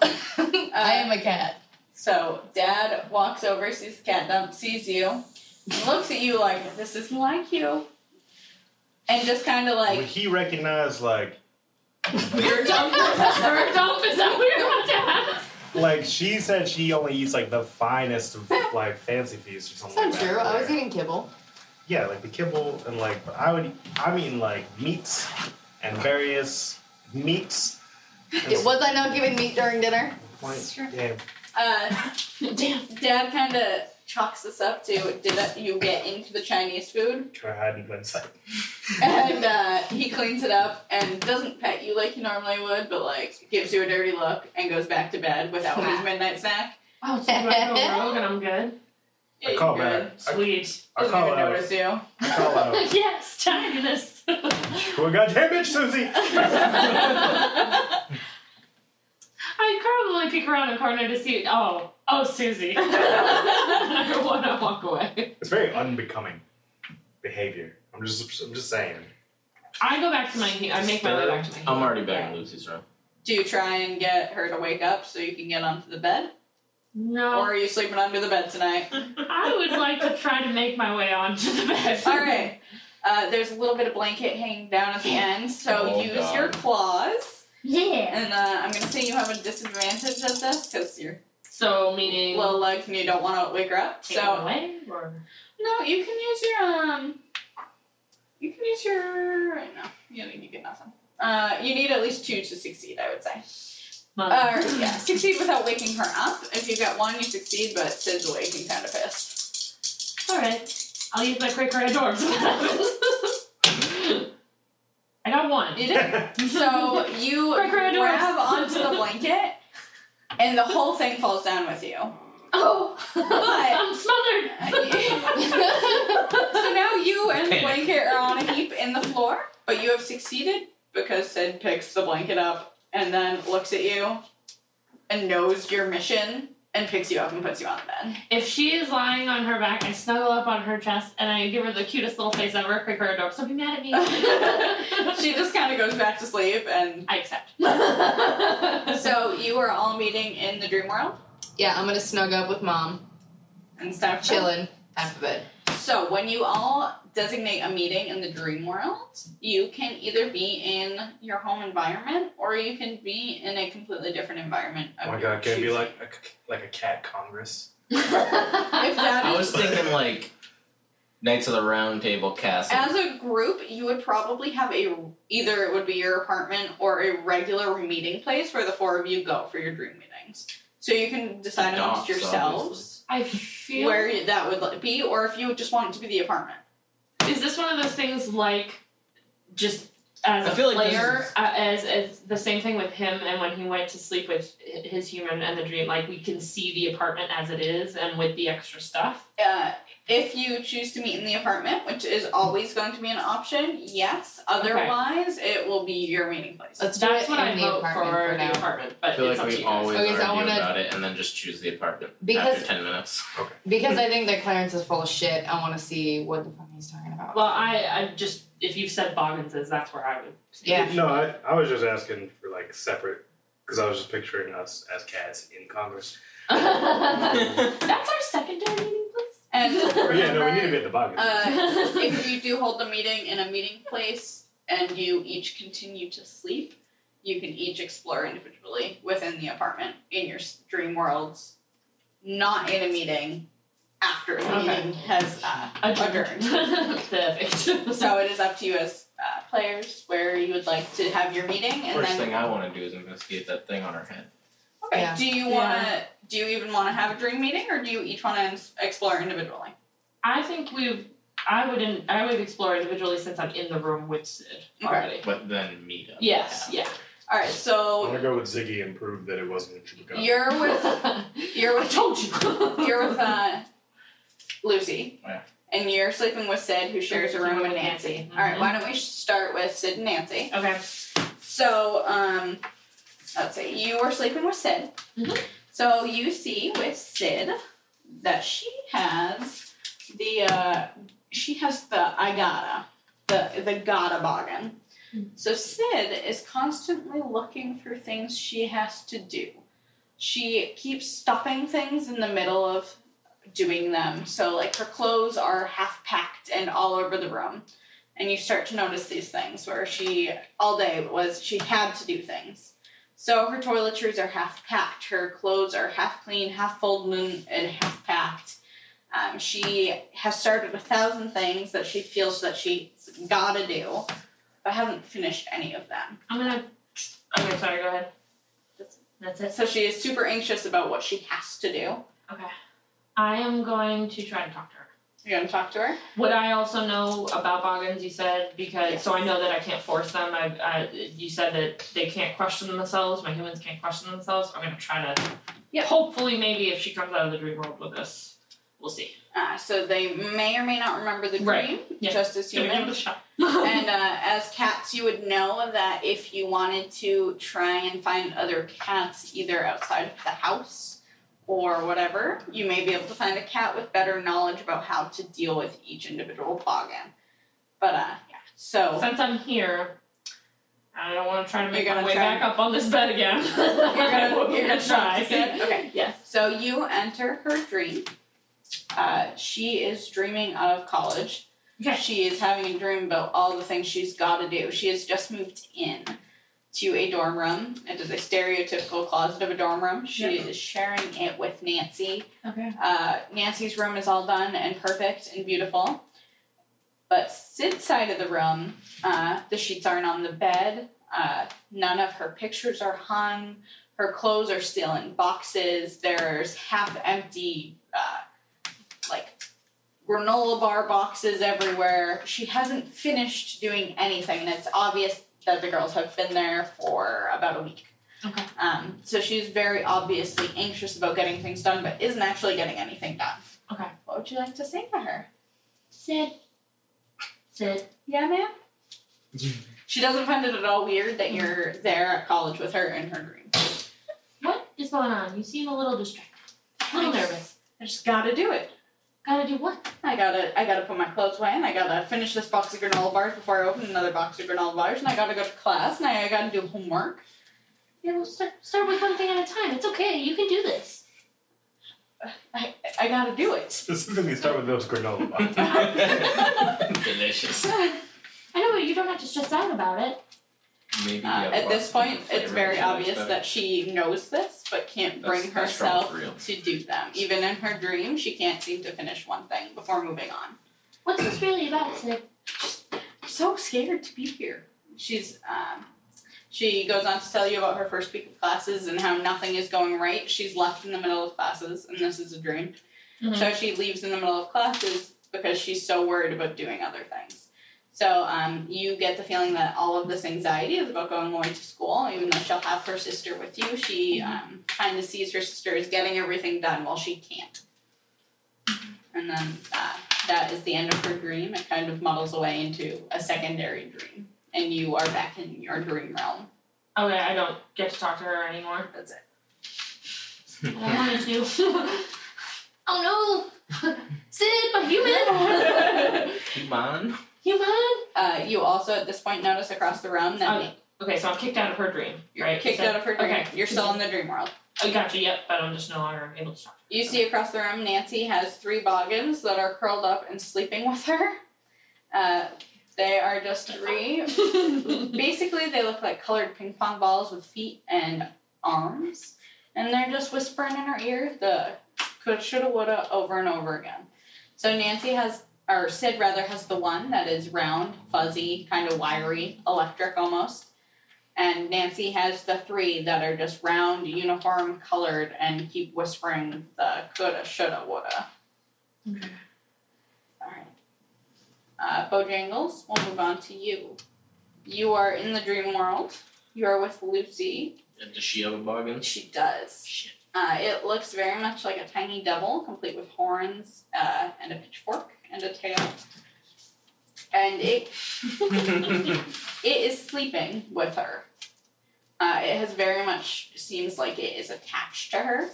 E: am a cat.
B: So dad walks over, sees the cat dump, sees you, and looks at you like, this isn't like you. And just kind of
D: Would
B: like,
D: he recognize like
B: you're dumb.
C: Or dope, is that what you're about to ask?
D: like she said she only eats like the finest of like fancy feast or
E: It's
D: something
E: not
D: like that.
E: true. I was eating kibble.
D: Yeah, like the kibble and like but I would I mean like meats and various meats. And
E: Did- Was I not giving meat during dinner?
D: point- yeah.
B: Uh,
C: Damn.
B: dad kind of chalks this up to, did that- you get into the Chinese food?
D: Can I hide in plain sight?
B: And uh, he cleans it up and doesn't pet you like he normally would, but like gives you a dirty look and goes back to bed without his midnight snack.
C: Oh, so do I go rogue and I'm good?
D: I call back. I,
C: Sweet.
D: I
B: Wasn't
D: call
B: gonna
D: out.
B: notice you.
D: I call out.
E: Oh.
C: yes, Titanist. I
D: Well, goddamn it, Susie!
C: probably peek around a corner to see. Oh, oh, Susie. I don't want to walk away.
D: It's very unbecoming behavior. I'm just I'm just saying.
C: I go back to my. I make my way back to my.
A: I'm already back in Lucy's room.
B: Do you try and get her to wake up so you can get onto the bed?
C: No.
B: Or are you sleeping under the bed tonight?
C: I would like to try to make my way onto the bed.
B: All right. Uh, there's a little bit of blanket hanging down at the end, so
A: Oh,
B: use
A: God.
B: your claws.
C: Yeah.
B: And uh, I'm going to say you have a disadvantage at this because you're
C: So meaning.
B: little legs and you don't want to wake her up.
C: take them
B: So
C: away or
B: no, you can use your um, you can use your no, you don't need to get nothing. Uh, you need at least two to succeed, I would say.
C: Oh.
B: Uh, yeah, succeed without waking her up. If you get one, you succeed, but Sid's waking kind of pissed.
C: All right. I'll use my quick red orbs. I got one.
B: You did. So you
C: Quick, quick, quick.
B: grab onto the blanket, and the whole thing falls down with you.
C: Oh, I'm
B: so now you and the
A: Panic.
B: blanket are on a heap in the floor, but you have succeeded because Sid picks the blanket up and then looks at you and knows your mission and picks you up and puts you on the bed.
C: If she is lying on her back, I snuggle up on her chest and I give her the cutest little face ever. Quick red orbs. Don't be mad at me.
B: She just kind of goes back to sleep, and
C: I accept.
B: so you are all meeting in the dream world,
E: Yeah, I'm gonna snug up with mom,
B: and it's time for bed.
E: chilling. Time for bed.
B: So when you all designate a meeting in the dream world, you can either be in your home environment or you can be in a completely different environment.
D: Oh
B: of
D: my
B: your
D: god, can it be
B: choosing.
D: like a, c- like a cat congress?
B: if that
A: I was
B: is
A: thinking like Knights of the Round Table Castle.
B: as a group, you would probably have a either it would be your apartment or a regular meeting place where the four of you go for your dream meetings. So you can decide
A: The docks,
B: amongst yourselves
C: I feel.
B: where you- that would li- be, or if you just want it to be the apartment.
C: Is this one of those things like just as
A: I
C: a
A: feel like this
C: player,
A: is-
C: uh, as as the same thing with him and when he went to sleep with hi- his human and the dream, like we can see the apartment as it is and with the extra stuff.
B: Uh, if you choose to meet in the apartment, which is always going to be an option, yes. Otherwise, it will be your meeting place.
D: Uh,
E: Let's do
C: That's
E: it
C: what
E: in
C: I
E: the
C: vote
E: apartment
C: for,
E: for
C: the
E: now.
C: apartment,
A: I
C: but
A: feel
C: it's
A: like
C: up to
A: we
C: you
A: always
E: Okay, so I
A: argue
E: wanna-
A: about it and then just choose the apartment
E: Because-
A: after ten minutes.
E: Because I think that Clarence is full of shit, I want to see what the fuck he's talking about.
C: Well, I I just if you've said Boggins's, that's where I would.
E: yeah.
D: No, I, I was just asking for like separate, because I was just picturing us as cats in congress.
C: that's our secondary meeting place.
B: and
D: But
B: remember,
D: yeah, no, we need to be at the bottom.
B: uh, if you do hold a meeting in a meeting place and you each continue to sleep, you can each explore individually within the apartment in your s- dream worlds, not in a meeting after the
C: Okay.
B: meeting has. Uh, Adjourned.
C: Perfect.
B: so it is up to you as uh, players where you would like to have your meeting, and
A: First
B: then
A: thing I want to do is investigate that thing on her head.
B: Okay.
E: Yeah.
B: Do you want to? Do you even want to have a dream meeting, or do you each want to explore individually?
C: I think we've. I would. In, I would explore individually since I'm in the room with Sid
B: Okay.
C: already.
A: But then meet up.
C: Yes. Yeah.
B: All right.
D: I'm gonna
B: So
D: go with Ziggy and prove that it wasn't a chupacabra.
B: you're with you're
C: I
B: with
C: told you.
B: you're with uh, Lucy,
A: Yeah.
B: and you're sleeping with Sid, who shares a room with
C: With
B: Nancy.
C: Nancy.
B: All right. Why don't we start with Sid and Nancy?
C: Okay.
B: So um, let's see. You were sleeping with Sid.
C: Mhm.
B: So you see with Sid that she has the uh, she has the I gotta the the gotta bargain. So Sid is constantly looking for things she has to do. She keeps stopping things in the middle of doing them. So like her clothes are half packed and all over the room. And you start to notice these things where she all day was she had to do things. So her toiletries are half packed, her clothes are half clean, half folded, and- and half packed. Um, she has started a thousand things that she feels that she's gotta do, but haven't finished any of them.
C: I'm gonna. Okay. Sorry. Go ahead. That's it.
B: So she is super anxious about what she has to do.
C: Okay. I am going to try and talk to her.
B: You're gonna talk to her?
C: Would I also know about Boggins? You said because so I know that I can't force them. I, I you said that they can't question themselves. My humans can't question themselves. I'm gonna try to.
B: Yeah.
C: Hopefully, maybe if she comes out of the dream world with us, we'll see.
B: Uh, so they may or may not remember the dream,
C: Right. Yeah.
B: just as
C: Give it
B: humans.
C: a shot.
B: and uh, as cats, you would know that if you wanted to try and find other cats, either outside of the house or whatever, you may be able to find a cat with better knowledge about how to deal with each individual boggin. But uh, yeah, so
C: Since I'm here, I don't want to try to make
B: You're
C: my
B: gonna
C: way
B: try.
C: back up on this bed again.
B: you're gonna, you're gonna
C: try.
B: talk to Sid? Okay.
C: Yes.
B: So you enter her dream. Uh, she is dreaming of college.
C: Okay.
B: She is having a dream about all the things she's got to do. She has just moved in to a dorm room. It is a stereotypical closet of a dorm room. She is sharing it with Nancy.
C: Okay.
B: Uh, Nancy's room is all done and perfect and beautiful. But Sid's side of the room, uh, the sheets aren't on the bed. Uh, none of her pictures are hung. Her clothes are still in boxes. There's half empty, uh, like, granola bar boxes everywhere. She hasn't finished doing anything. It's obvious that the girls have been there for about a week.
C: Okay.
B: Um, so she's very obviously anxious about getting things done, but isn't actually getting anything done.
C: Okay.
B: What would you like to say to her?
C: Sid. Sid.
B: Yeah, ma'am? she doesn't find it at all weird that you're there at college with her in her dream.
C: What is going on? You seem a little distracted. A little
B: I just-
C: nervous.
B: I just gotta do it.
C: Gotta do what?
B: I gotta I gotta put my clothes away and I gotta finish this box of granola bars before I open another box of granola bars and I gotta go to class and I gotta do homework.
C: Yeah, we'll start, start with one thing at a time. It's okay. You can do this.
B: I I gotta do it.
D: Specifically, start with those granola bars.
A: Delicious.
C: I know, but you don't have to stress out about it.
A: Maybe
B: Uh,
A: you have
B: at
A: lots
B: this
A: of
B: point,
A: different flavors
B: it's very
A: and all
B: obvious
A: stuff.
B: that she knows this, but can't
A: That's-
B: bring
A: that's strong
B: herself
A: for real.
B: to do them. Even in her dream, she can't seem to finish one thing before moving on.
C: What's this really about, Sid?
B: I'm so scared to be here. She's um, she goes on to tell you about her first week of classes and how nothing is going right. She's left in the middle of classes, and this is a dream. So she leaves in the middle of classes because she's so worried about doing other things. So um, you get the feeling that all of this anxiety is about going away to school, even though she'll have her sister with you. She um, kind of sees her sister is getting everything done while she can't. And then uh, that is the end of her dream. It kind of muddles away into a secondary dream, and you are back in your dream realm.
C: Okay, Oh, I don't get to talk to her anymore.
B: That's it.
C: I wanted to. oh no! Sid, my human!
A: Come on.
C: human!
B: Uh, you also at this point notice across the realm that
C: Um, Okay, so I'm kicked out of her dream,
B: you're
C: right?
B: kicked
C: So-
B: out of her dream.
C: Okay.
B: You're still in the dream world.
C: I got you, yep, but I'm just no longer able to talk to her.
B: You see across the room, Nancy has three boggins that are curled up and sleeping with her. Uh, they are just three. Basically, they look like colored ping pong balls with feet and arms, and they're just whispering in her ear the coulda, shoulda, woulda over and over again. So Nancy has, or Sid rather, has the one that is round, fuzzy, kind of wiry, electric almost. And Nancy has the three that are just round, uniform, colored, and keep whispering the coulda, shoulda, woulda.
C: Okay.
B: Alright. Uh, Bojangles, we'll move on to you. You are in the dream world. You are with Lucy.
A: And does she have a boggin?
B: She does.
A: Shit.
B: Uh, it looks very much like a tiny devil, complete with horns uh, and a pitchfork and a tail. And it it is sleeping with her. Uh, it has very much seems like it is attached to her.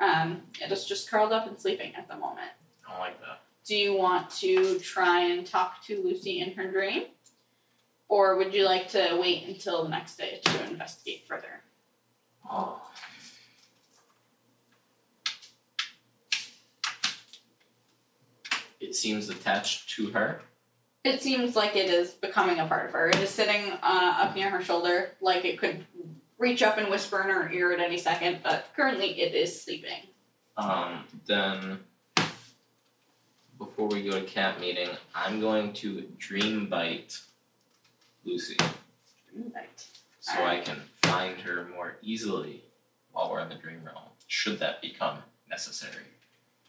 B: Um, it is just curled up and sleeping at the moment.
A: I don't like that.
B: Do you want to try and talk to Lucy in her dream? Or would you like to wait until the next day to investigate further?
A: Oh. It seems attached to her.
B: It seems like it is becoming a part of her. It is sitting uh, up near her shoulder, like it could reach up and whisper in her ear at any second, but currently it is sleeping.
A: Um, then before we go to camp meeting, I'm going to dream bite Lucy
B: Right.
A: so I can find her more easily while we're in the dream realm. Should that become necessary?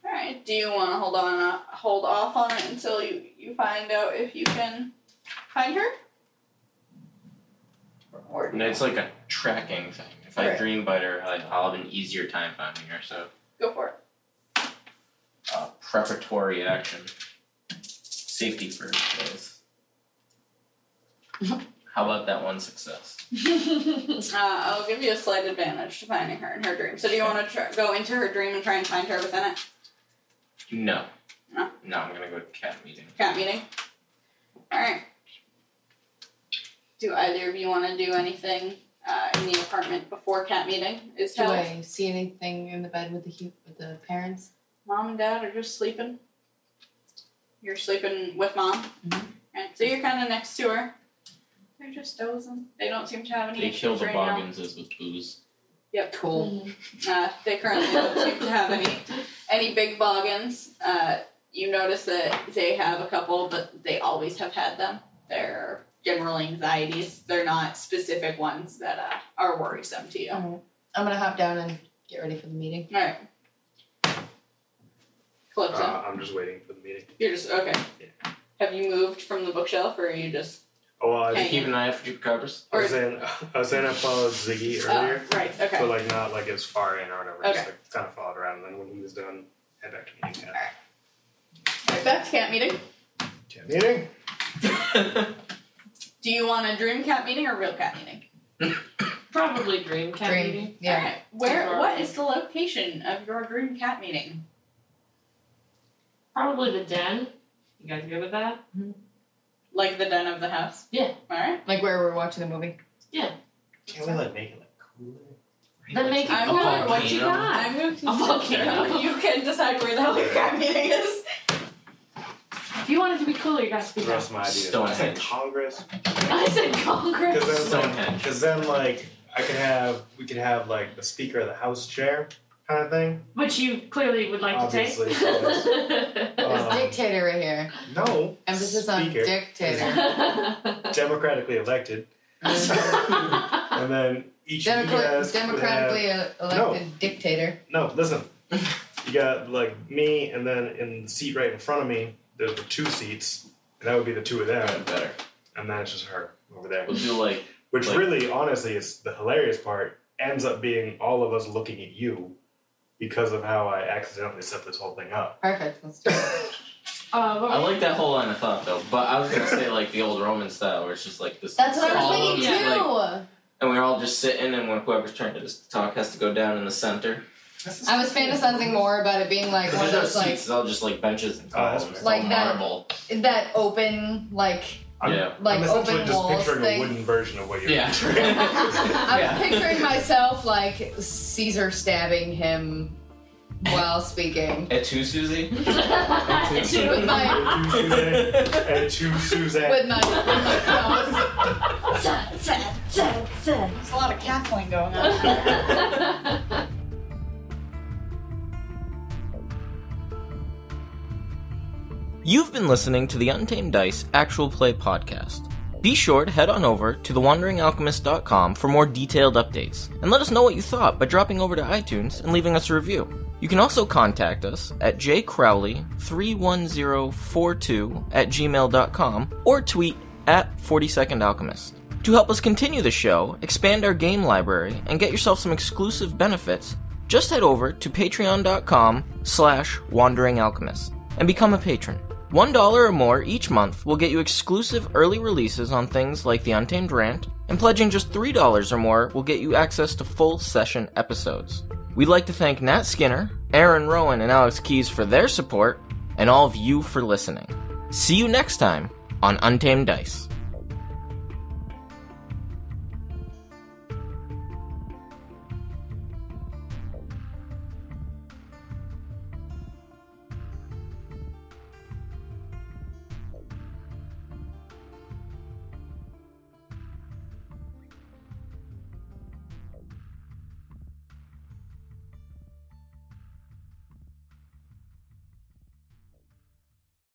B: All right. Do you want to hold on, uh, hold off on it until you you find out if you can find her? Or
A: And it's like a tracking thing. If I
B: Right.
A: dream bite her, I- I'll have an easier time finding her. So
B: go for it.
A: uh, preparatory action. Safety first, guys. How about that one success?
B: Uh, I'll give you a slight advantage to finding her in her dream. So do you want to tr- go into her dream and try and find her within it?
A: No.
B: No?
A: No, I'm gonna go to cat meeting.
B: Cat meeting. All right. Do either of you want to do anything uh, in the apartment before cat meeting is
E: Do
B: held?
E: I see anything in the bed with the hu- with the parents?
B: Mom and dad are just sleeping. You're sleeping with mom.
E: Mhm.
B: Right, so you're kind of next to her. They're just dozing. They don't seem to have any
A: They
B: issues
A: kill the
B: right now.
A: Bogginses with booze.
E: Cool.
B: Uh, they currently don't seem to have any any big boggins. Uh, you notice that they have a couple, but they always have had them. They're general anxieties. They're not specific ones that uh, are worrisome to you. All
E: Alright. I'm gonna hop down and get ready for the meeting.
B: right. Calypso,
D: Uh, I'm just waiting for the meeting.
B: you're just okay. Have you moved from the bookshelf, or are you just
D: Oh, well, I,
B: Okay.
D: was,
A: Keep an eye out for Jupacabras.
D: I
B: or
D: was saying I was saying I followed Ziggy
B: Oh,
D: earlier,
B: right. Okay.
D: but like not like as far in or whatever. Just
B: Okay.
D: like kind of followed around, and then when he was done, head back to meeting.
B: Alright. Right, back to cat meeting.
D: Cat meeting.
B: Do you want a dream cat meeting or real cat meeting?
C: Probably dream cat
E: Dream.
C: meeting.
E: Yeah.
B: Alright, Where?
C: Sure.
B: What is the location of your dream cat meeting?
C: Probably the den. You guys good with that?
B: Like the den of the house.
C: Yeah.
B: All right.
E: Like where we're watching the movie.
D: Can't we like make it like cooler?
C: Then make it
B: I'm
C: clear
B: not-
C: what you
G: Volcano.
C: got.
B: I'm going to
C: A volcano.
B: You can decide where the hell your crab meeting is.
C: If you want it to be cool, you gotta
D: The
C: speak up.
D: rest of my ideas. I said
G: Stonehenge.
D: Congress.
C: I said Congress.
D: Because then, like,
G: Stonehenge.
D: 'cause then, like, I could have, we could have, like, the Speaker of the House chair kind of thing.
C: Which you clearly would like to
D: Obviously,
C: take.
E: There's
D: Um,
E: dictator right here.
D: No.
E: Emphasis on
D: speaker,
E: dictator.
D: Democratically elected. And then each of you
E: Democrat-
D: guys could
E: democratically
D: have-
E: e- elected dictator.
D: No, listen. You got, like, me, and then in the seat right in front of me, there's the two seats, and that would be the two of them,
G: Even better.
D: and then it's just her over there.
G: We'll do like
D: Which
G: Like-
D: really, honestly, is the hilarious part. Ends up being all of us looking at you because of how I accidentally set this whole thing up.
E: Perfect. Let's do it.
C: Uh, what
G: I
C: was-
G: like that whole line of thought though, but I was gonna say like the old Roman style where it's just like this.
E: That's what I
G: all
E: was
G: of
E: thinking
G: us,
E: too.
G: like, and we're all just sitting, and when whoever's trying to just talk has to go down in the center.
E: I was fantasizing more about it being like one
G: There's
E: of
G: no
E: those like
G: seats; it's all just like benches and
D: Oh, that's
G: columns, it's
E: right.
G: all
E: Like that.
G: marble.
E: that open like
D: I'm,
G: Yeah.
E: Like
D: I'm essentially
E: open
D: just
E: walls
D: picturing
E: thing.
D: a wooden version of what you're
G: Yeah.
E: I
G: Yeah.
E: was picturing myself like Caesar stabbing him while speaking.
G: At two, Susie.
C: Two.
E: With my
D: And two Suzanne- and two Suzanne.
E: with my, with my claws.
B: There's a lot of cackling going on.
A: You've been listening to the Untamed Dice Actual Play Podcast. Be sure to head on over to thewanderingalchemist.com for more detailed updates, and let us know what you thought by dropping over to iTunes and leaving us a review. You can also contact us at jcrowley31042 at gmail.com or tweet at 42nd Alchemist. To help us continue the show, expand our game library, and get yourself some exclusive benefits, just head over to patreon.com slash wanderingalchemist and become a patron. $1 or more each month will get you exclusive early releases on things like The Untamed Rant, and pledging just $3 or more will get you access to full session episodes. We'd like to thank Nat Skinner, Aaron Rowan, and Alex Keys for their support, and all of you for listening. See you next time on Untamed Dice.